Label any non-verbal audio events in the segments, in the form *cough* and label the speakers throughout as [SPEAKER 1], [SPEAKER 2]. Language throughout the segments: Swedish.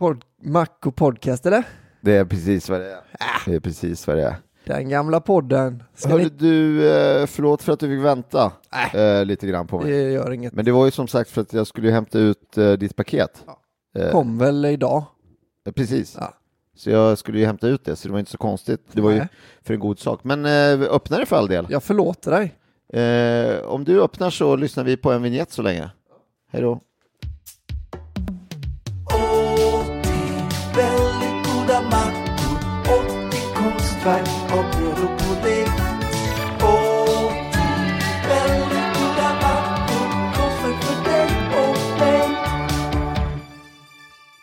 [SPEAKER 1] Pod- Macko podcast eller?
[SPEAKER 2] Det är precis vad det är. Det är precis vad det är.
[SPEAKER 1] Den gamla podden. Ah. Ska
[SPEAKER 2] Hörde
[SPEAKER 1] ni...
[SPEAKER 2] du, eh, förlåt för att du fick vänta
[SPEAKER 1] Äh.
[SPEAKER 2] eh, lite grann på
[SPEAKER 1] Det
[SPEAKER 2] mig.
[SPEAKER 1] gör inget.
[SPEAKER 2] Men det var ju som sagt för att jag skulle ju hämta ut eh, ditt paket. Eh,
[SPEAKER 1] Kom väl idag?
[SPEAKER 2] eh, Precis.
[SPEAKER 1] Ja.
[SPEAKER 2] Så jag skulle ju hämta ut det, så det var inte så konstigt. Det var ju
[SPEAKER 1] Nej.
[SPEAKER 2] för en god sak. Men eh, öppna det för all del.
[SPEAKER 1] Jag förlåter dig.
[SPEAKER 2] Eh, om du öppnar så lyssnar vi på en vignett så länge. Hej då.
[SPEAKER 3] väldigt goda mackor och till konstverk av bröd och puré. Och till väldigt goda mackor, konfekt för dig och mig.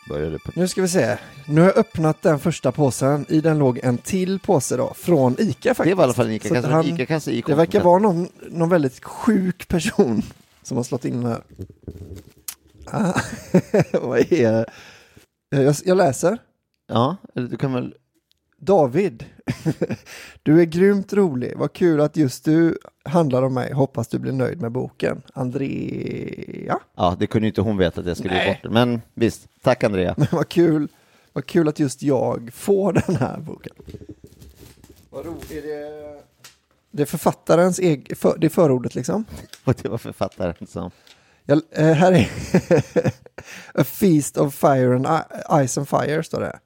[SPEAKER 2] Började på...
[SPEAKER 1] Nu ska vi se. Nu har jag öppnat den första påsen. I den låg en till påse då, från Ica faktiskt.
[SPEAKER 2] Det var i alla fall en
[SPEAKER 1] Så att
[SPEAKER 2] Ica-kasse.
[SPEAKER 1] han-
[SPEAKER 2] men Ica-kasse är i
[SPEAKER 1] Det verkar
[SPEAKER 2] konfekten.
[SPEAKER 1] vara någon, någon väldigt sjuk person *laughs* som har slått in den här. Ah, *laughs* vad är det? Jag, jag läser.
[SPEAKER 2] Ja, eller du kan väl...
[SPEAKER 1] David, *laughs* du är grymt rolig. Vad kul att just du handlar om mig. Hoppas du blir nöjd med boken. Andrea,
[SPEAKER 2] Ja, det kunde ju inte hon veta att jag skulle ge bort den. Men visst, tack Andrea.
[SPEAKER 1] *laughs*
[SPEAKER 2] *laughs*
[SPEAKER 1] vad kul, vad kul att just jag får *laughs* den här boken. Vad roligt. Är det... det är författarens eg... för... det är förordet liksom.
[SPEAKER 2] Och det var författaren som...
[SPEAKER 1] Jag, eh, här är *laughs* A Feast of Fire and I- Ice and Fire står det.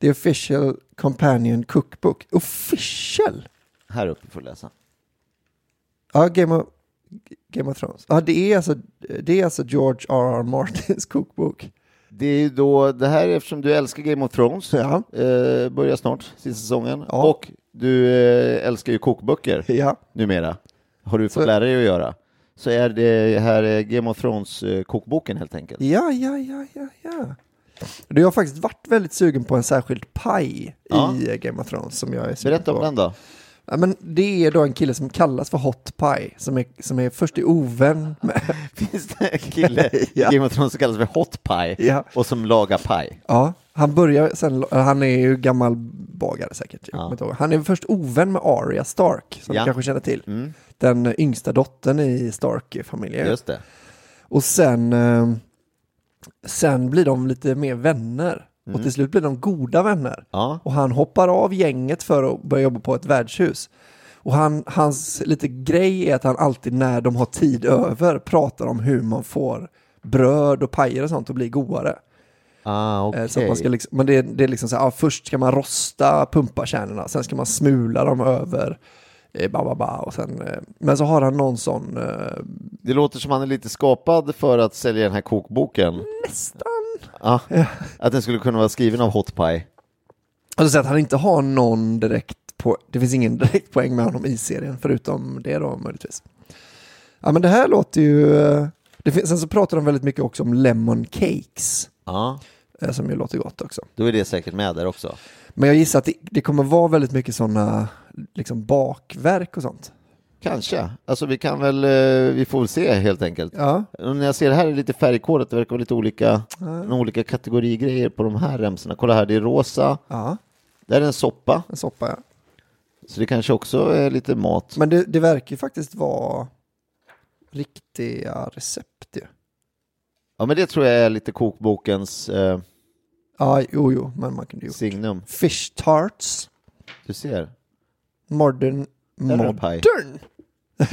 [SPEAKER 1] The Official Companion Cookbook. Official?
[SPEAKER 2] Här uppe får du läsa.
[SPEAKER 1] Ja, Game of, Game of Thrones. Ja, det är alltså, det är alltså George R.R. Martins *laughs* kokbok.
[SPEAKER 2] Det är ju då, det här är eftersom du älskar Game of Thrones,
[SPEAKER 1] Ja.
[SPEAKER 2] eh, börjar snart, sista säsongen,
[SPEAKER 1] Ja.
[SPEAKER 2] och du eh, älskar ju kokböcker
[SPEAKER 1] Ja.
[SPEAKER 2] numera, har du fått lära dig att göra. Så är det här eh, Game of Thrones-kokboken helt enkelt.
[SPEAKER 1] Ja, ja, ja, ja, ja. Du jag har faktiskt varit väldigt sugen på en särskild paj
[SPEAKER 2] Ja.
[SPEAKER 1] i eh, Game of Thrones som jag är sugen
[SPEAKER 2] Berätta
[SPEAKER 1] på.
[SPEAKER 2] om den då.
[SPEAKER 1] Ja, men det är då en kille som kallas för Hot Pie, som är, som är först i ovän med...
[SPEAKER 2] *laughs*
[SPEAKER 1] *laughs*
[SPEAKER 2] Finns det en *laughs* kille
[SPEAKER 1] Ja.
[SPEAKER 2] i Game of Thrones som kallas för Hot Pie
[SPEAKER 1] Ja.
[SPEAKER 2] och som lagar paj?
[SPEAKER 1] Ja, han börjar sen, han är ju gammal bagare säkert. jag kommer inte ihåg. Han är först ovän med Arya Stark, som
[SPEAKER 2] Ja. Mm.
[SPEAKER 1] du kanske känner till. Den yngsta dottern i Stark-familjen.
[SPEAKER 2] Just det.
[SPEAKER 1] Och sen, eh, sen blir de lite mer vänner. Och till slut blir de goda vänner.
[SPEAKER 2] Mm. Ja.
[SPEAKER 1] Och han hoppar av gänget för att börja jobba på ett värdshus. Och han, hans lite grej är att han alltid när de har tid över pratar om hur man får bröd och pajer och sånt att bli godare.
[SPEAKER 2] Ah,
[SPEAKER 1] Eh,
[SPEAKER 2] okej.
[SPEAKER 1] Så att man ska liksom, men det, är- det är liksom så här, ja, först ska man rosta pumpakärnorna, sen ska man smula dem över, eh, ba, ba, ba, och sen, eh, men så har han någon sån eh,
[SPEAKER 2] Det låter som han är lite skapad för att sälja den här kokboken.
[SPEAKER 1] nästan
[SPEAKER 2] Ja. Att den skulle kunna vara skriven av Hot Pie.
[SPEAKER 1] Alltså så att han inte har någon direkt på, det finns ingen direkt poäng med honom i serien förutom det då möjligtvis. Ja men det här låter ju, eh, det finns, sen så pratar de väldigt mycket också om lemon cakes,
[SPEAKER 2] Ja.
[SPEAKER 1] eh, som ju låter gott också.
[SPEAKER 2] Då är det säkert med där också.
[SPEAKER 1] Men jag gissar att det, det kommer vara väldigt mycket sådana liksom bakverk och sånt.
[SPEAKER 2] Kanske. Alltså vi kan väl, eh, vi får väl se helt enkelt.
[SPEAKER 1] Ja,
[SPEAKER 2] Och När jag ser det här är det lite färgkodat, det verkar vara lite olika, några olika kategorigrejer på de här remsorna. Kolla här, det är rosa,
[SPEAKER 1] ja
[SPEAKER 2] där är en soppa,
[SPEAKER 1] en soppa ja.
[SPEAKER 2] så det kanske också är lite mat.
[SPEAKER 1] Men det, det verkar ju faktiskt vara riktiga recept ju.
[SPEAKER 2] Ja men det tror jag är lite kokbokens eh,
[SPEAKER 1] Ja, jo, jo, men man kunde ju...
[SPEAKER 2] signum.
[SPEAKER 1] Fish tarts.
[SPEAKER 2] Du ser.
[SPEAKER 1] Modern.
[SPEAKER 2] är det
[SPEAKER 1] Modern. *laughs*
[SPEAKER 2] paj.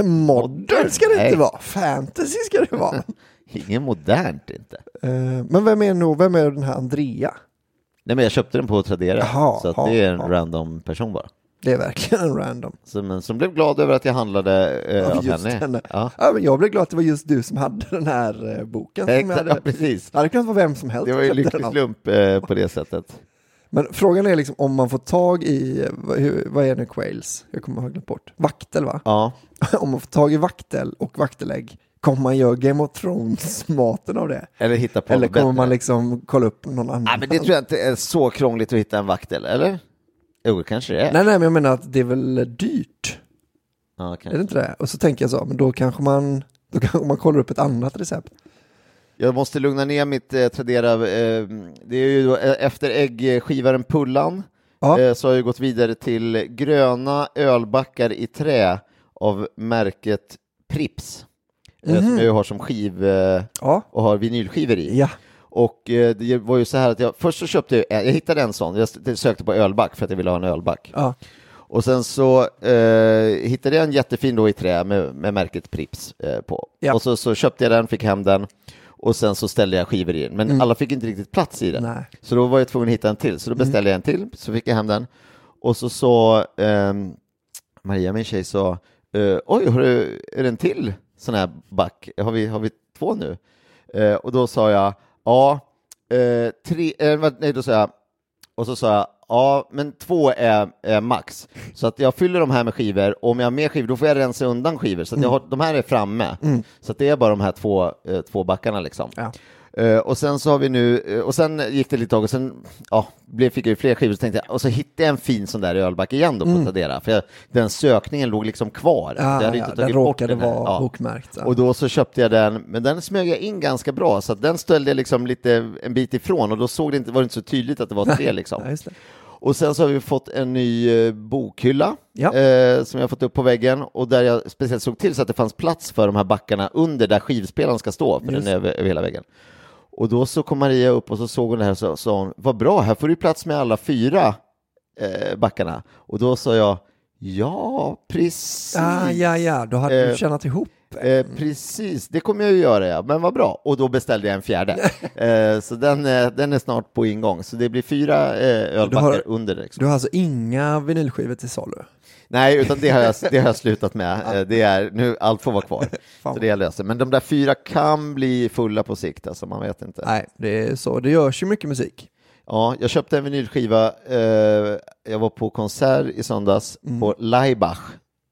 [SPEAKER 1] Modern ska det inte
[SPEAKER 2] Nej.
[SPEAKER 1] vara. Fantasy ska det vara.
[SPEAKER 2] Inget modernt inte.
[SPEAKER 1] Eh, men vem är, nog, vem är den här Andrea?
[SPEAKER 2] Nej men jag köpte den på Tradera,
[SPEAKER 1] Jaha,
[SPEAKER 2] så att
[SPEAKER 1] ja,
[SPEAKER 2] det är en
[SPEAKER 1] ja.
[SPEAKER 2] random person bara.
[SPEAKER 1] Det är verkligen en random.
[SPEAKER 2] Så, men, som blev glad över att jag handlade eh, av
[SPEAKER 1] just
[SPEAKER 2] henne.
[SPEAKER 1] henne.
[SPEAKER 2] Ja.
[SPEAKER 1] Ja, men jag blev glad att det var just du som hade den här eh, boken. Som jag
[SPEAKER 2] Exakt, ja,
[SPEAKER 1] hade,
[SPEAKER 2] precis.
[SPEAKER 1] det hade kunnat vara vem som helst.
[SPEAKER 2] Det var ju
[SPEAKER 1] som köpte den.
[SPEAKER 2] lycklig slump eh, på det sättet.
[SPEAKER 1] Men frågan är liksom om man får tag i, eh, vad- hur- vad är nu quails? Jag kommer ihåg glömt bort. Vaktel va?
[SPEAKER 2] Ja,
[SPEAKER 1] *laughs* om man får tag i vaktel och vaktelägg, kommer man göra Game of Thrones-maten av det?
[SPEAKER 2] eller hitta på
[SPEAKER 1] Eller
[SPEAKER 2] något
[SPEAKER 1] kommer man
[SPEAKER 2] bättre.
[SPEAKER 1] liksom kolla upp någon annan?
[SPEAKER 2] Nej, men det tror jag inte är så krångligt att hitta en vaktel, eller? Jo, det kanske det är.
[SPEAKER 1] Nej, nej, men jag menar att det är väl dyrt?
[SPEAKER 2] Ja, kanske.
[SPEAKER 1] Är det inte det? Och så tänker jag så, men då kanske man, då kanske man kollar upp ett annat recept.
[SPEAKER 2] Jag måste lugna ner mitt eh, Tradera. Eh, det är ju då, eh, efter äggskivaren Pullan
[SPEAKER 1] Ja.
[SPEAKER 2] eh, så har jag gått vidare till gröna ölbackar i trä av märket Prips. Eh,
[SPEAKER 1] Mhm.
[SPEAKER 2] som jag ju har som skiv eh,
[SPEAKER 1] Ja.
[SPEAKER 2] och har vinylskivor i.
[SPEAKER 1] Ja.
[SPEAKER 2] Och eh, det var ju så här att jag först så köpte jag, jag hittade en sån, jag s- sökte på ölback för att jag ville ha en ölback.
[SPEAKER 1] Ja.
[SPEAKER 2] Och sen så eh, hittade jag en jättefin då i trä med, med märket Prips eh, på.
[SPEAKER 1] Ja.
[SPEAKER 2] Och så, så köpte jag den, fick hem den och sen så ställde jag skivor i den. Men alla fick inte riktigt plats i den.
[SPEAKER 1] Mm. Nej. Mm.
[SPEAKER 2] Så då var jag tvungen att hitta en till. Så då beställde jag en till, så fick jag hem den. Och så sa ehm, Maria, min tjej, sa eh, oj, har du, är det en till sån här back? Har vi, har vi två nu? Eh, och då sa jag ja, eh, tre, eh, vad- nej då sa jag och så sa jag, ja men två är, är max. Så att jag fyller de här med skivor, och om jag har mer skivor då får jag rensa undan skivor. Så att
[SPEAKER 1] Mm.
[SPEAKER 2] jag har, de här är framme. Så att det är bara de här två, eh, två backarna liksom.
[SPEAKER 1] Ja.
[SPEAKER 2] Eh, och sen så har vi nu, eh, och sen gick det lite tag och sen ja, blev, fick jag ju fler skivor så tänkte jag, och så hittade jag en fin sån där ölback igen då på Tradera. För jag, den sökningen låg liksom kvar.
[SPEAKER 1] Mm. Ah,
[SPEAKER 2] jag hade
[SPEAKER 1] ja,
[SPEAKER 2] inte
[SPEAKER 1] den
[SPEAKER 2] tagit bort
[SPEAKER 1] råkade
[SPEAKER 2] här.
[SPEAKER 1] vara bokmärkt, ja.
[SPEAKER 2] Och då så köpte jag den, men den smög jag in ganska bra så att den ställde jag liksom lite en bit ifrån och då såg det inte, var det inte så tydligt att det var tre liksom.
[SPEAKER 1] *laughs* Ja, just det.
[SPEAKER 2] Och sen så har vi fått en ny eh, bokhylla
[SPEAKER 1] Ja.
[SPEAKER 2] eh, som jag har fått upp på väggen och där jag speciellt såg till så att det fanns plats för de här backarna under där skivspelaren ska stå, för den är över, över hela väggen. Och då så kom Maria upp och så såg hon det här och så sa hon, vad bra, här får du plats med alla fyra eh, backarna. Och då sa jag, ja, precis.
[SPEAKER 1] Ah, ja, ja, då hade du
[SPEAKER 2] Eh,
[SPEAKER 1] tjänat ihop.
[SPEAKER 2] Eh, precis, det kommer jag ju göra ja, men vad bra. Och då beställde jag
[SPEAKER 1] *laughs*
[SPEAKER 2] en fjärde. eh, så den, eh, den är snart på ingång. Så det blir fyra eh, ölbackar
[SPEAKER 1] har-
[SPEAKER 2] under. Liksom.
[SPEAKER 1] Du har alltså inga vinylskivor till salu?
[SPEAKER 2] Nej, utan det har jag, det har jag
[SPEAKER 1] *laughs*
[SPEAKER 2] slutat med. Eh, Det är, nu, allt får vara kvar. så det är jag löser. Men de där fyra kan bli fulla på sikt, alltså, man vet inte.
[SPEAKER 1] Nej, det är så. Det görs ju mycket musik.
[SPEAKER 2] Ja, jag köpte en vinylskiva, eh, jag var på konsert i söndags
[SPEAKER 1] Mm.
[SPEAKER 2] på Laibach.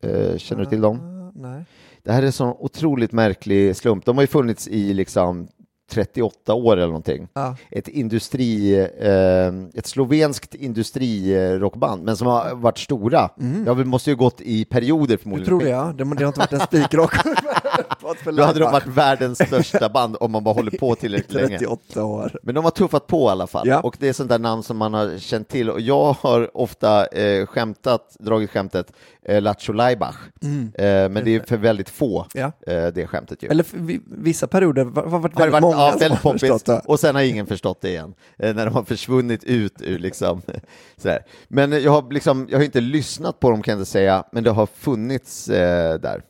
[SPEAKER 2] Eh, känner du till dem?
[SPEAKER 1] Ah, nej.
[SPEAKER 2] Det här är en sån otroligt märklig slump. De har ju funnits i liksom 38 år eller någonting.
[SPEAKER 1] Ja.
[SPEAKER 2] Ett, industri, eh, ett slovenskt industrirockband, men som har varit stora. Mm. Jag måste ju gått i perioder
[SPEAKER 1] Mhm. Du
[SPEAKER 2] förmodligen.
[SPEAKER 1] tror det ja, det, det har inte varit en *laughs* spikrak.
[SPEAKER 2] Då hade de varit världens största band om man bara håller på
[SPEAKER 1] *laughs*
[SPEAKER 2] tillräckligt länge.
[SPEAKER 1] 38 år.
[SPEAKER 2] Men de har tuffat på i alla fall.
[SPEAKER 1] Ja.
[SPEAKER 2] Och det är sånt där namn som man har känt till. Och jag har ofta eh, skämtat, dragit skämtet eh, Lattjo Laibach. Eh, men det är för väldigt få,
[SPEAKER 1] Mm. Ja.
[SPEAKER 2] eh, det skämtet ju.
[SPEAKER 1] Eller för vi- vissa perioder var- var varit
[SPEAKER 2] har det
[SPEAKER 1] väldigt
[SPEAKER 2] varit
[SPEAKER 1] många
[SPEAKER 2] ja,
[SPEAKER 1] som
[SPEAKER 2] väldigt
[SPEAKER 1] har
[SPEAKER 2] poppis
[SPEAKER 1] förstått det.
[SPEAKER 2] och sen har ingen förstått det igen eh, när de har försvunnit ut ur liksom *laughs* sådär. Men jag har liksom, jag har inte lyssnat på dem kan jag inte säga, men det har funnits eh, där.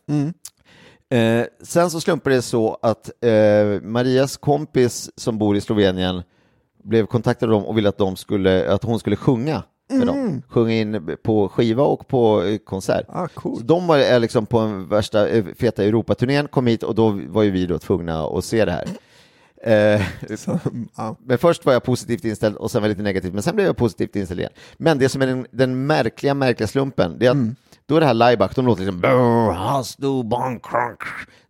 [SPEAKER 2] Eh, sen så slumpade det så att eh, Marias kompis som bor i Slovenien blev kontaktad av dem och ville att, de skulle, att hon skulle sjunga med dem. Sjunga in på skiva och på eh, konsert.
[SPEAKER 1] Mm. Ah, coolt.
[SPEAKER 2] Så de var, är liksom på en värsta eh, feta Europaturnén, kom hit och då var ju vi då tvungna att se det här. Eh,
[SPEAKER 1] ja.
[SPEAKER 2] Men först var jag positivt inställd och sen var jag lite negativ, men sen blev jag positivt inställd igen. Men det som är den, den märkliga, märkliga slumpen, det är att
[SPEAKER 1] Mm.
[SPEAKER 2] då är det här Laibach, de låter liksom "Brr, hast du bon kronk."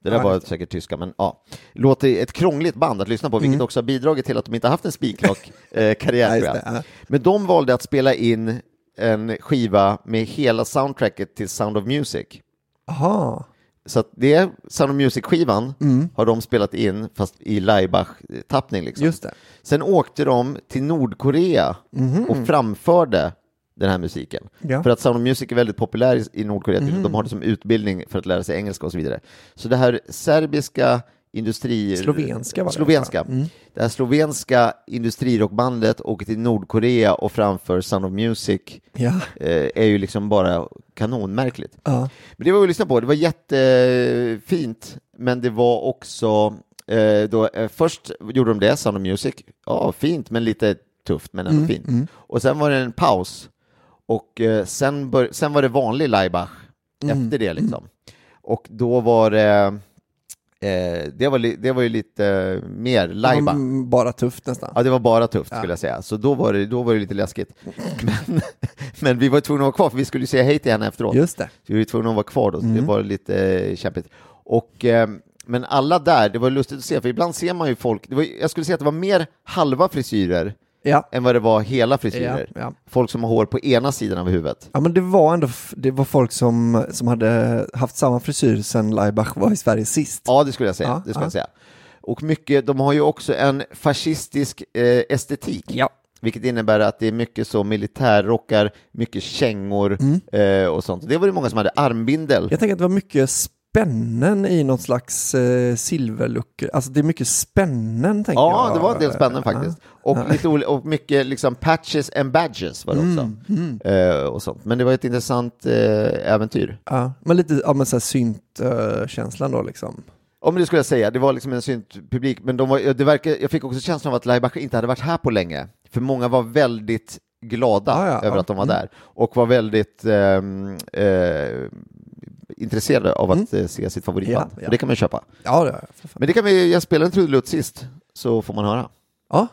[SPEAKER 2] det där var säkert tyska, men ja. Låter ett krångligt band att lyssna på, vilket också har bidragit till att de inte haft en spikrak
[SPEAKER 1] *laughs*
[SPEAKER 2] eh, karriär.
[SPEAKER 1] Mm. Ja, just
[SPEAKER 2] tror jag.
[SPEAKER 1] det, ja.
[SPEAKER 2] Men de valde att spela in en skiva med hela soundtracket till Sound of Music.
[SPEAKER 1] Aha.
[SPEAKER 2] Så att det, Sound of Music-skivan
[SPEAKER 1] Mm.
[SPEAKER 2] har de spelat in, fast i Laibach-tappning. Liksom.
[SPEAKER 1] Just det.
[SPEAKER 2] Sen åkte de till Nordkorea och framförde den här musiken.
[SPEAKER 1] Mhm. Ja. Mhm.
[SPEAKER 2] För att Sound of Music är väldigt populär i- i Nordkorea, de har det som utbildning för att lära sig engelska och så vidare. Så det här serbiska industri...
[SPEAKER 1] Slovenska var det,
[SPEAKER 2] Slovenska.
[SPEAKER 1] va? Mm.
[SPEAKER 2] Det här slovenska industrirockbandet åker till Nordkorea och framför Sound of Music
[SPEAKER 1] Ja.
[SPEAKER 2] eh, är ju liksom bara kanonmärkligt.
[SPEAKER 1] Ja.
[SPEAKER 2] Men det var vi lyssnade på, det var jättefint, men det var också, eh, då, eh, först gjorde de det, Sound of Music, ja fint men lite tufft men ändå fint. Och sen var det en paus, och eh, sen, bör, sen var det vanlig Laibach efter det liksom. Och då var det, eh, det, var li, det var ju lite mer Laibach.
[SPEAKER 1] Mm, Bara tufft nästan.
[SPEAKER 2] Ja, det var bara tufft skulle jag säga, så då var det, då var det lite läskigt. *laughs* Men, men vi var tvungna att vara kvar, för vi skulle ju säga hej till henne efteråt.
[SPEAKER 1] Just Mm. det.
[SPEAKER 2] Så vi var tvungna att vara kvar då, så det var lite eh, kämpigt. Och, eh, men alla där, det var lustigt att se, för ibland ser man ju folk, det var, jag skulle säga att det var mer halva frisyrer
[SPEAKER 1] Ja.
[SPEAKER 2] än vad det var hela frisyrer.
[SPEAKER 1] Ja, ja.
[SPEAKER 2] Folk som har hår på ena sidan av huvudet.
[SPEAKER 1] Ja men det var ändå, f- det var folk som, som hade haft samma frisyr sedan Laibach var i Sverige sist.
[SPEAKER 2] Ja, det skulle jag säga.
[SPEAKER 1] Ja,
[SPEAKER 2] det skulle
[SPEAKER 1] ja.
[SPEAKER 2] jag säga. Och mycket, de har ju också en fascistisk eh, estetik.
[SPEAKER 1] Ja.
[SPEAKER 2] Vilket innebär att det är mycket så militärrockar, mycket kängor eh, och sånt. Det var det många som hade, armbindel.
[SPEAKER 1] Mm. Jag tänker att det var mycket spännen i något slags eh, silverluckor. Alltså det är mycket spännen tänker jag.
[SPEAKER 2] Ja, det var en del spännande
[SPEAKER 1] Ja.
[SPEAKER 2] faktiskt. Och, lite oli- och mycket liksom patches and badges var det också.
[SPEAKER 1] Mm,
[SPEAKER 2] Eh, och sånt. Men det var ett intressant eh, äventyr.
[SPEAKER 1] Ja, men lite ja, men så här syntkänslan då liksom.
[SPEAKER 2] Om det skulle jag säga, det var liksom en synt publik, men de var, det verkar, jag fick också känslan av att Laibach inte hade varit här på länge. För många var väldigt glada
[SPEAKER 1] Ah, ja,
[SPEAKER 2] över
[SPEAKER 1] ja.
[SPEAKER 2] att de var där och var väldigt ehm, eh, intresserade av att eh, se sitt favoritband.
[SPEAKER 1] Mm. Ja, ja.
[SPEAKER 2] Och det kan man ju köpa.
[SPEAKER 1] Ja, det har jag. för fan.
[SPEAKER 2] Men det kan vi, jag spelade en trudelutt sist, så får man höra.
[SPEAKER 1] Ja,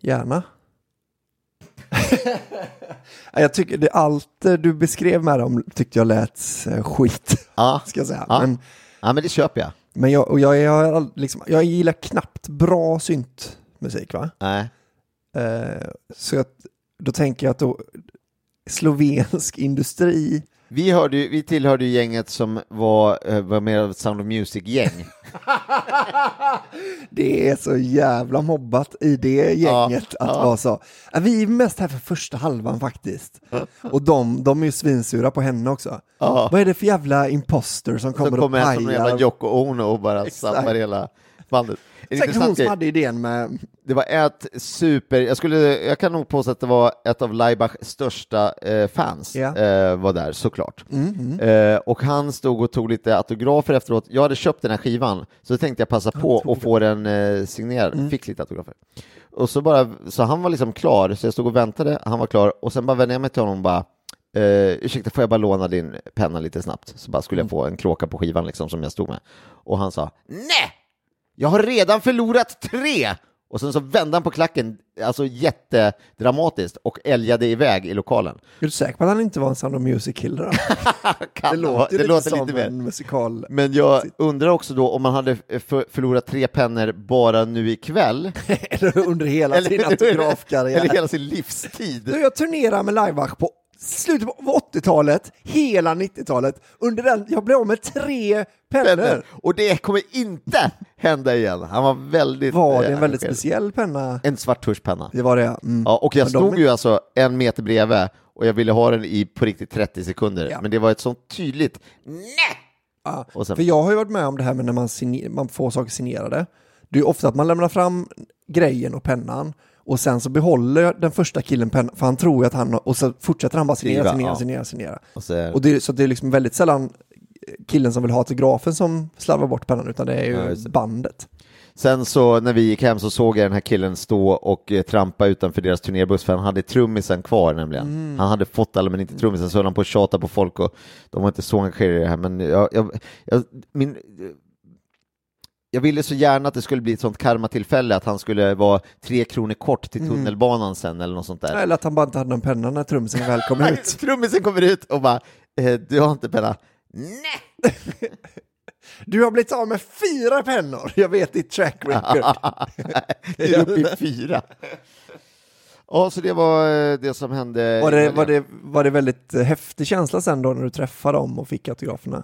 [SPEAKER 1] gärna. *laughs* Ja, jag tycker det, allt eh, du beskrev med dem tyckte jag lät eh, skit, *laughs*
[SPEAKER 2] Ja,
[SPEAKER 1] ska jag säga.
[SPEAKER 2] Ja.
[SPEAKER 1] Men,
[SPEAKER 2] ja men det köper jag.
[SPEAKER 1] men jag, och jag, jag, har ald- liksom, jag gillar knappt bra syntmusik va?
[SPEAKER 2] Nej.
[SPEAKER 1] Eh, så att, då tänker jag att då, slovensk industri,
[SPEAKER 2] Vi, hörde ju, vi tillhörde ju gänget som var, eh, var mer av ett Sound
[SPEAKER 1] *laughs*
[SPEAKER 2] of Music-gäng.
[SPEAKER 1] det är så jävla mobbat i det gänget
[SPEAKER 2] Ja,
[SPEAKER 1] att
[SPEAKER 2] ja.
[SPEAKER 1] vara så. Ja, Vi är mest här för första halvan faktiskt. Och de, de är ju svinsura på henne också.
[SPEAKER 2] Ja.
[SPEAKER 1] Vad är det för jävla imposter som
[SPEAKER 2] Som
[SPEAKER 1] kommer,
[SPEAKER 2] kommer
[SPEAKER 1] och
[SPEAKER 2] en som någon jävla
[SPEAKER 1] pajar?
[SPEAKER 2] Yoko Ono och bara sappar hela bandet. En
[SPEAKER 1] Säkert hon
[SPEAKER 2] intressant
[SPEAKER 1] som
[SPEAKER 2] grej.
[SPEAKER 1] hade idén med...
[SPEAKER 2] Det var ett super, jag, skulle, jag kan nog påstå att det var ett av Laibachs största eh, fans
[SPEAKER 1] Ja.
[SPEAKER 2] eh, var där såklart. Eh, och han stod och tog lite autografer efteråt. Jag hade köpt den här skivan så då tänkte jag passa på och få den eh, signerad. Fick lite autografer. Och så, bara, så han var liksom klar, så jag stod och väntade, han var klar och sen bara vände jag mig till honom och bara Uh, ursäkta, får jag bara låna din penna lite snabbt? Så bara skulle jag få en kråka på skivan liksom som jag stod med. Och han sa nej! Jag har redan förlorat tre! Och sen så vände han på klacken, alltså jättedramatiskt, och älgade iväg i lokalen.
[SPEAKER 1] Är du säker på att han inte var en Sound of Music-kille
[SPEAKER 2] *laughs*
[SPEAKER 1] då?
[SPEAKER 2] Kan
[SPEAKER 1] Det
[SPEAKER 2] ha-
[SPEAKER 1] låter,
[SPEAKER 2] det låter
[SPEAKER 1] som
[SPEAKER 2] lite mer.
[SPEAKER 1] en musikal...
[SPEAKER 2] Men jag undrar också då om man hade för, förlorat tre pennor bara nu ikväll.
[SPEAKER 1] *laughs* Eller under *laughs* hela sin autografkarriär.
[SPEAKER 2] eller hela sin livstid.
[SPEAKER 1] Du, jag turnerar med Laivach på slutet på 80-talet, hela 90-talet. Under den, jag blev av med tre pennor.
[SPEAKER 2] Pennor. Och det kommer inte hända igen. Han var väldigt...
[SPEAKER 1] Var det
[SPEAKER 2] eh,
[SPEAKER 1] en väldigt
[SPEAKER 2] engagerad.
[SPEAKER 1] speciell penna?
[SPEAKER 2] En svart tuschpenna.
[SPEAKER 1] Det var det, ja. mm.
[SPEAKER 2] Ja, och jag
[SPEAKER 1] Men de-
[SPEAKER 2] stod ju alltså en meter bredvid och jag ville ha den i på riktigt 30 sekunder.
[SPEAKER 1] Ja.
[SPEAKER 2] Men det var ett sånt tydligt nej! Och sen,
[SPEAKER 1] För jag har ju varit med om det här med när man, signe- man får saker signerade. Det är ju ofta att man lämnar fram grejen och pennan och sen så behåller den första killen pennan för han tror ju att han och så fortsätter han bara signera,
[SPEAKER 2] Skriva,
[SPEAKER 1] signera,
[SPEAKER 2] ja.
[SPEAKER 1] signera, signera.
[SPEAKER 2] och sen,
[SPEAKER 1] Och det, är- så det är liksom väldigt sällan killen som vill ha autografen som slarvar bort pennan utan det är ju
[SPEAKER 2] Ja, just det.
[SPEAKER 1] bandet.
[SPEAKER 2] sen så när vi gick hem så såg jag den här killen stå och eh, trampa utanför deras turnébuss för han hade trummisen kvar nämligen.
[SPEAKER 1] Mm.
[SPEAKER 2] Han hade fått alla men inte trummisen så höll han på att tjata på folk och de var inte så engagerade i det här men jag, jag, jag, min, jag ville så gärna att det skulle bli ett sånt karmatillfälle att han skulle vara tre kronor kort
[SPEAKER 1] Mm.
[SPEAKER 2] till tunnelbanan sen eller något sånt där.
[SPEAKER 1] Eller att han bara inte hade någon penna när trummisen väl
[SPEAKER 2] *laughs*
[SPEAKER 1] kom
[SPEAKER 2] Nej,
[SPEAKER 1] ut.
[SPEAKER 2] Trummisen kommer ut och bara, eh, du har inte penna. Nej!
[SPEAKER 1] Du har blivit av med fyra pennor, jag vet ditt track
[SPEAKER 2] *laughs*
[SPEAKER 1] record.
[SPEAKER 2] Du är uppe i fyra. Ja, så det var eh, det som hände. i
[SPEAKER 1] Var det,
[SPEAKER 2] helgen.
[SPEAKER 1] var, det, var det väldigt eh, häftig känsla sen då när du träffade dem och fick autograferna?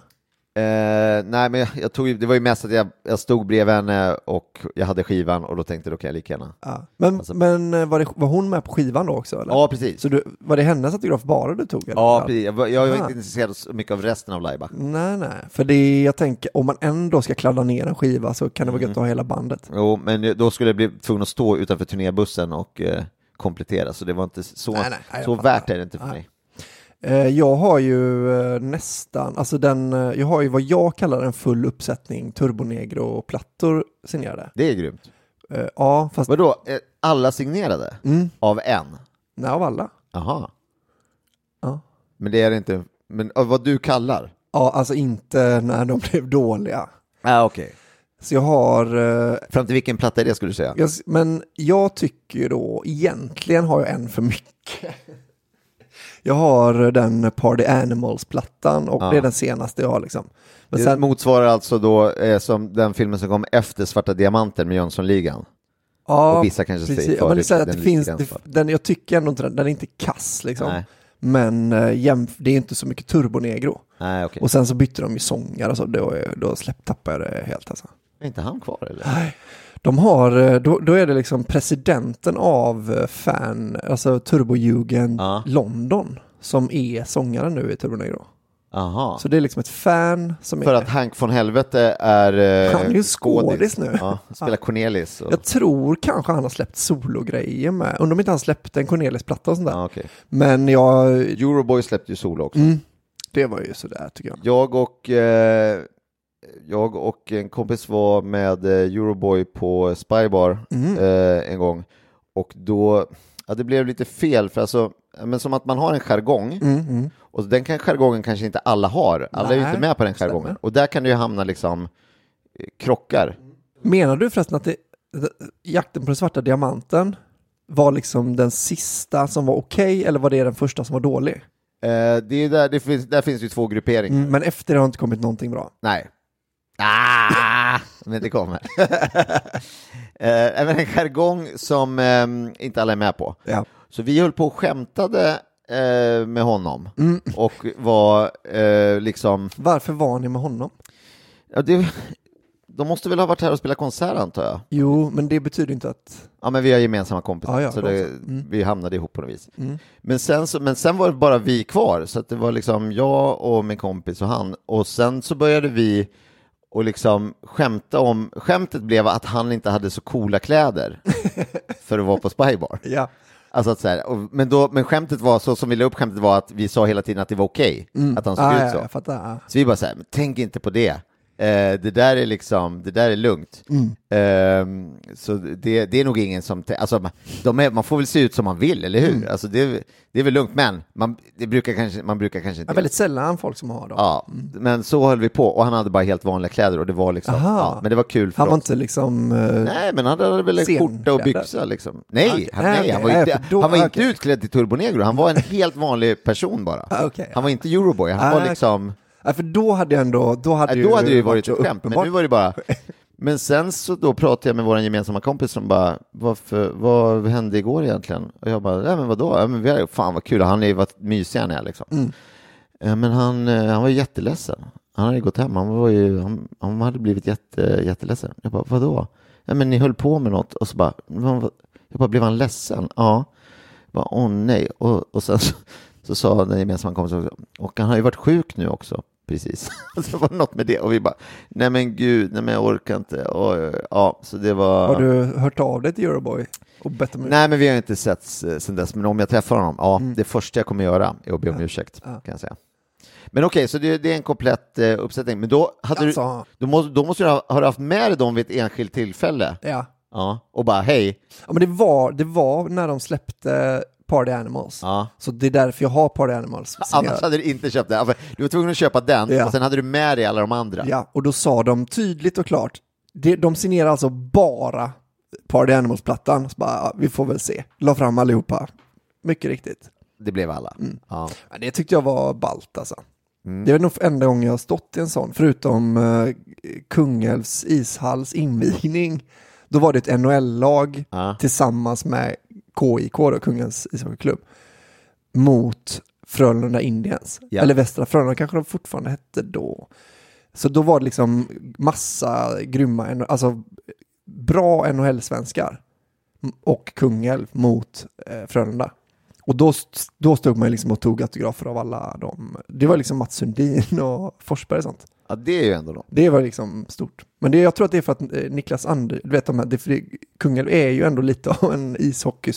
[SPEAKER 2] Eh, nej, men jag, jag tog, ju- det var ju mest att jag, jag stod bredvid henne och jag hade skivan och då tänkte jag då kan jag lika gärna.
[SPEAKER 1] Ja. Men,
[SPEAKER 2] Alltså-
[SPEAKER 1] men eh, var, det, var hon med på skivan då också? Eller?
[SPEAKER 2] Ja, precis.
[SPEAKER 1] Så du, var det hennes autograf bara du tog? Eller?
[SPEAKER 2] ja, precis. Jag, var- jag var
[SPEAKER 1] Ah.
[SPEAKER 2] inte intresserad så mycket av resten av Laibach.
[SPEAKER 1] Nej, nej. För det jag tänker, om man ändå ska kladda ner en skiva så kan det vara
[SPEAKER 2] Mm.
[SPEAKER 1] gött att ha hela bandet.
[SPEAKER 2] Jo, men då skulle jag bli tvungen att stå utanför turnébussen och eh, komplettera, så det var inte så,
[SPEAKER 1] Nej, nej, nej,
[SPEAKER 2] så
[SPEAKER 1] jag fattar.
[SPEAKER 2] värt är det inte för
[SPEAKER 1] Nej.
[SPEAKER 2] mig.
[SPEAKER 1] Eh, Jag har ju eh, nästan, alltså den, eh, jag har ju vad jag kallar en full uppsättning turbonegro-plattor signerade.
[SPEAKER 2] Det är grymt.
[SPEAKER 1] Eh, Ja, fast
[SPEAKER 2] Vadå, eh, alla signerade?
[SPEAKER 1] Mm.
[SPEAKER 2] Av en?
[SPEAKER 1] nej av alla.
[SPEAKER 2] Jaha.
[SPEAKER 1] Ja.
[SPEAKER 2] Men det är det inte, men av vad du kallar?
[SPEAKER 1] Ja, alltså inte när de *laughs* blev dåliga.
[SPEAKER 2] Ja, ah, okej.
[SPEAKER 1] Så jag har, eh,
[SPEAKER 2] Fram till vilken platta är det skulle du säga?
[SPEAKER 1] jag, s- men jag tycker ju då, egentligen har jag en för
[SPEAKER 2] *laughs*
[SPEAKER 1] mycket. Jag har den Party Animals-plattan och det är den senaste jag har liksom. Men
[SPEAKER 2] Det
[SPEAKER 1] sen,
[SPEAKER 2] motsvarar alltså då eh, som den filmen som kom efter Svarta Diamanten med Jönssonligan.
[SPEAKER 1] ja,
[SPEAKER 2] och vissa kanske säger
[SPEAKER 1] precis. Ja,
[SPEAKER 2] förut,
[SPEAKER 1] men det är så här att
[SPEAKER 2] den
[SPEAKER 1] det finns,
[SPEAKER 2] ligger
[SPEAKER 1] det,
[SPEAKER 2] ganska-
[SPEAKER 1] den, jag tycker ändå inte den, den är inte kass liksom.
[SPEAKER 2] Nej.
[SPEAKER 1] Men eh, jämf- det är inte så mycket turbonegro.
[SPEAKER 2] Nej, okej.
[SPEAKER 1] Och sen så bytte de ju sångare och så, då, då släpp, tappade jag det helt alltså.
[SPEAKER 2] Är inte han kvar eller?
[SPEAKER 1] De har, eh, då, då är det liksom presidenten av eh, fan, alltså Turbojugend
[SPEAKER 2] Ja.
[SPEAKER 1] London som är sångaren nu i Turbonegro.
[SPEAKER 2] Aha.
[SPEAKER 1] Så det är liksom ett fan som
[SPEAKER 2] För
[SPEAKER 1] är...
[SPEAKER 2] att Hank von Helvete är... eh,
[SPEAKER 1] Han är ju skådis nu.
[SPEAKER 2] Ja, spelar Cornelis. Och...
[SPEAKER 1] Jag tror kanske han har släppt sologrejer med. Undrar om inte han släppte en Cornelis-platta och sånt där.
[SPEAKER 2] Ja, Ah, okej.
[SPEAKER 1] Men jag,
[SPEAKER 2] Euroboy släppte ju solo också.
[SPEAKER 1] det var ju sådär tycker jag.
[SPEAKER 2] Jag och, eh, jag och en kompis var med eh, Euroboy på Spybar
[SPEAKER 1] Mhm.
[SPEAKER 2] eh, en gång och då, ja, det blev lite fel för alltså, ja, men som att man har en jargong och den kan, jargongen kanske inte alla har, alla är ju
[SPEAKER 1] Mm, Nej,
[SPEAKER 2] inte med på den jargongen
[SPEAKER 1] stämmer.
[SPEAKER 2] och där kan det ju hamna liksom eh, krockar.
[SPEAKER 1] Menar du förresten att det, jakten på den svarta diamanten var liksom den sista som var okej eller var det den första som var dålig?
[SPEAKER 2] Eh, det är där, det finns, där finns ju två grupperingar.
[SPEAKER 1] Mm, men efter det har inte kommit någonting bra.
[SPEAKER 2] Nej. Ah, *laughs* men det kommer. eh, även en jargong som eh, inte alla är med på.
[SPEAKER 1] Ja.
[SPEAKER 2] Så vi höll på och skämtade eh, med honom
[SPEAKER 1] Mm.
[SPEAKER 2] och var eh, liksom,
[SPEAKER 1] Varför var ni med honom?
[SPEAKER 2] ja, det, de måste väl ha varit här och spelat konsert antar jag.
[SPEAKER 1] Jo, men det betyder inte att...
[SPEAKER 2] Ja men vi har gemensamma kompisar
[SPEAKER 1] Ja, ja,
[SPEAKER 2] så
[SPEAKER 1] då
[SPEAKER 2] det,
[SPEAKER 1] så. Mm.
[SPEAKER 2] vi hamnade ihop på något vis. Men, sen så, men sen var det bara vi kvar så att det var liksom jag och min kompis och han och sen så började vi och liksom skämta om, skämtet blev att han inte hade så
[SPEAKER 1] *laughs*
[SPEAKER 2] coola kläder för att vara på Spybar.
[SPEAKER 1] Ja.
[SPEAKER 2] Alltså att så här, och, men, då, men skämtet var, så som vi la upp skämtet var att vi sa hela tiden att det var okej, att han såg
[SPEAKER 1] Ah,
[SPEAKER 2] ut
[SPEAKER 1] ja,
[SPEAKER 2] så.
[SPEAKER 1] jag fattar. Ah.
[SPEAKER 2] Så vi bara så här, men tänk inte på det. Eh, det där är liksom, det där är lugnt.
[SPEAKER 1] Mm.
[SPEAKER 2] Ehm, så det, det är nog ingen som, tä- alltså man- de är, man får väl se ut som man vill, eller
[SPEAKER 1] Mm.
[SPEAKER 2] hur? Alltså det, det är väl lugnt, men man, det brukar kanske, man brukar kanske
[SPEAKER 1] Ja,
[SPEAKER 2] inte...
[SPEAKER 1] väldigt sällan folk som har dem.
[SPEAKER 2] Ja, men så höll vi på och han hade bara helt vanliga kläder och det var liksom,
[SPEAKER 1] Aha.
[SPEAKER 2] ja, men det var kul för
[SPEAKER 1] Han var
[SPEAKER 2] oss.
[SPEAKER 1] inte liksom... eh,
[SPEAKER 2] Nej, men han hade väl en skjorta och
[SPEAKER 1] Scenkläder.
[SPEAKER 2] byxa liksom. Nej,
[SPEAKER 1] Okej,
[SPEAKER 2] han, nej, han var ju
[SPEAKER 1] okej,
[SPEAKER 2] inte,
[SPEAKER 1] för då-
[SPEAKER 2] han var inte
[SPEAKER 1] okej.
[SPEAKER 2] utklädd till turbonegro,
[SPEAKER 1] *laughs*
[SPEAKER 2] han var en helt vanlig person bara.
[SPEAKER 1] Ah, okej.
[SPEAKER 2] Han var inte Euroboy, han
[SPEAKER 1] Ah,
[SPEAKER 2] var
[SPEAKER 1] okej.
[SPEAKER 2] liksom...
[SPEAKER 1] Ja, för då hade jag ändå... Då hade,
[SPEAKER 2] Nej, då hade det ju varit ett
[SPEAKER 1] så
[SPEAKER 2] skämt, men
[SPEAKER 1] uppenbart.
[SPEAKER 2] nu var det bara...
[SPEAKER 1] *laughs*
[SPEAKER 2] Men sen så då pratade jag med vår gemensamma kompis som bara, Varför, vad hände igår egentligen? Och jag bara, nej men vadå? Ja, men vi hade, fan vad kul, han har ju varit mysig han är liksom.
[SPEAKER 1] Mm.
[SPEAKER 2] Eh, Men han, eh, han var ju jätteledsen. Han hade gått hem, han, var ju, han, han hade blivit jätte, jätteledsen. Jag bara, vadå? Ja men ni höll på med något och så bara, "Men vad- jag bara, blev han ledsen? Ja. Jag bara, åh nej. Och, och sen så, så sa den gemensamma kompisen också, och han har ju varit sjuk nu också, precis. *laughs* så var det något med det och vi bara, nej men gud, nej men jag orkar inte. Och, ja, så det var...
[SPEAKER 1] Har du hört av dig till Euroboy och bett om
[SPEAKER 2] Nej, men vi har inte setts eh, sen dess, men om jag träffar honom, ja,
[SPEAKER 1] Mm.
[SPEAKER 2] det första jag kommer göra är att be om ursäkt, kan jag säga. Men okej, så det, det är en komplett eh, uppsättning, men då, hade
[SPEAKER 1] Alltså.
[SPEAKER 2] du, då, måste, då måste du ha, har du haft med dig dem vid ett enskilt tillfälle?
[SPEAKER 1] Ja.
[SPEAKER 2] Ja, och bara hej,
[SPEAKER 1] ja men det var, det var när de släppte Party Animals.
[SPEAKER 2] Ja.
[SPEAKER 1] Så det är därför jag har Party Animals.
[SPEAKER 2] annars hade du inte köpt det. Ja, för Du var tvungen att köpa den,
[SPEAKER 1] Ja.
[SPEAKER 2] och sen hade du med dig alla de andra.
[SPEAKER 1] Ja, och då sa de tydligt och klart, de, de signerar alltså bara Party Animals-plattan. Så bara, ja, vi får väl se. La fram allihopa. Mycket riktigt.
[SPEAKER 2] Det blev alla.
[SPEAKER 1] Mm.
[SPEAKER 2] Ja.
[SPEAKER 1] Ja, det tyckte jag var ballt alltså. Det är nog enda gången jag har stått i en sån, förutom eh, Kungälvs ishalls invigning. Då var det ett NHL-lag
[SPEAKER 2] Ja.
[SPEAKER 1] tillsammans med KIK, då, Kungälvs ishockeyklubb, mot Frölunda Indians.
[SPEAKER 2] Ja.
[SPEAKER 1] Eller Västra Frölunda kanske de fortfarande hette då. Så då var det liksom massa grymma, N- alltså bra NHL-svenskar m- och Kungälv mot eh, Frölunda. Och då, st- då stod man ju liksom och tog autografer av alla dem. Det var liksom Mats Sundin och Forsberg och sånt.
[SPEAKER 2] Ja, det är ju ändå något.
[SPEAKER 1] Det var liksom stort. Men det, jag tror att det är för att eh, Niklas Ander, du vet de här, det, för det- Kungälv är ju ändå lite *laughs* av en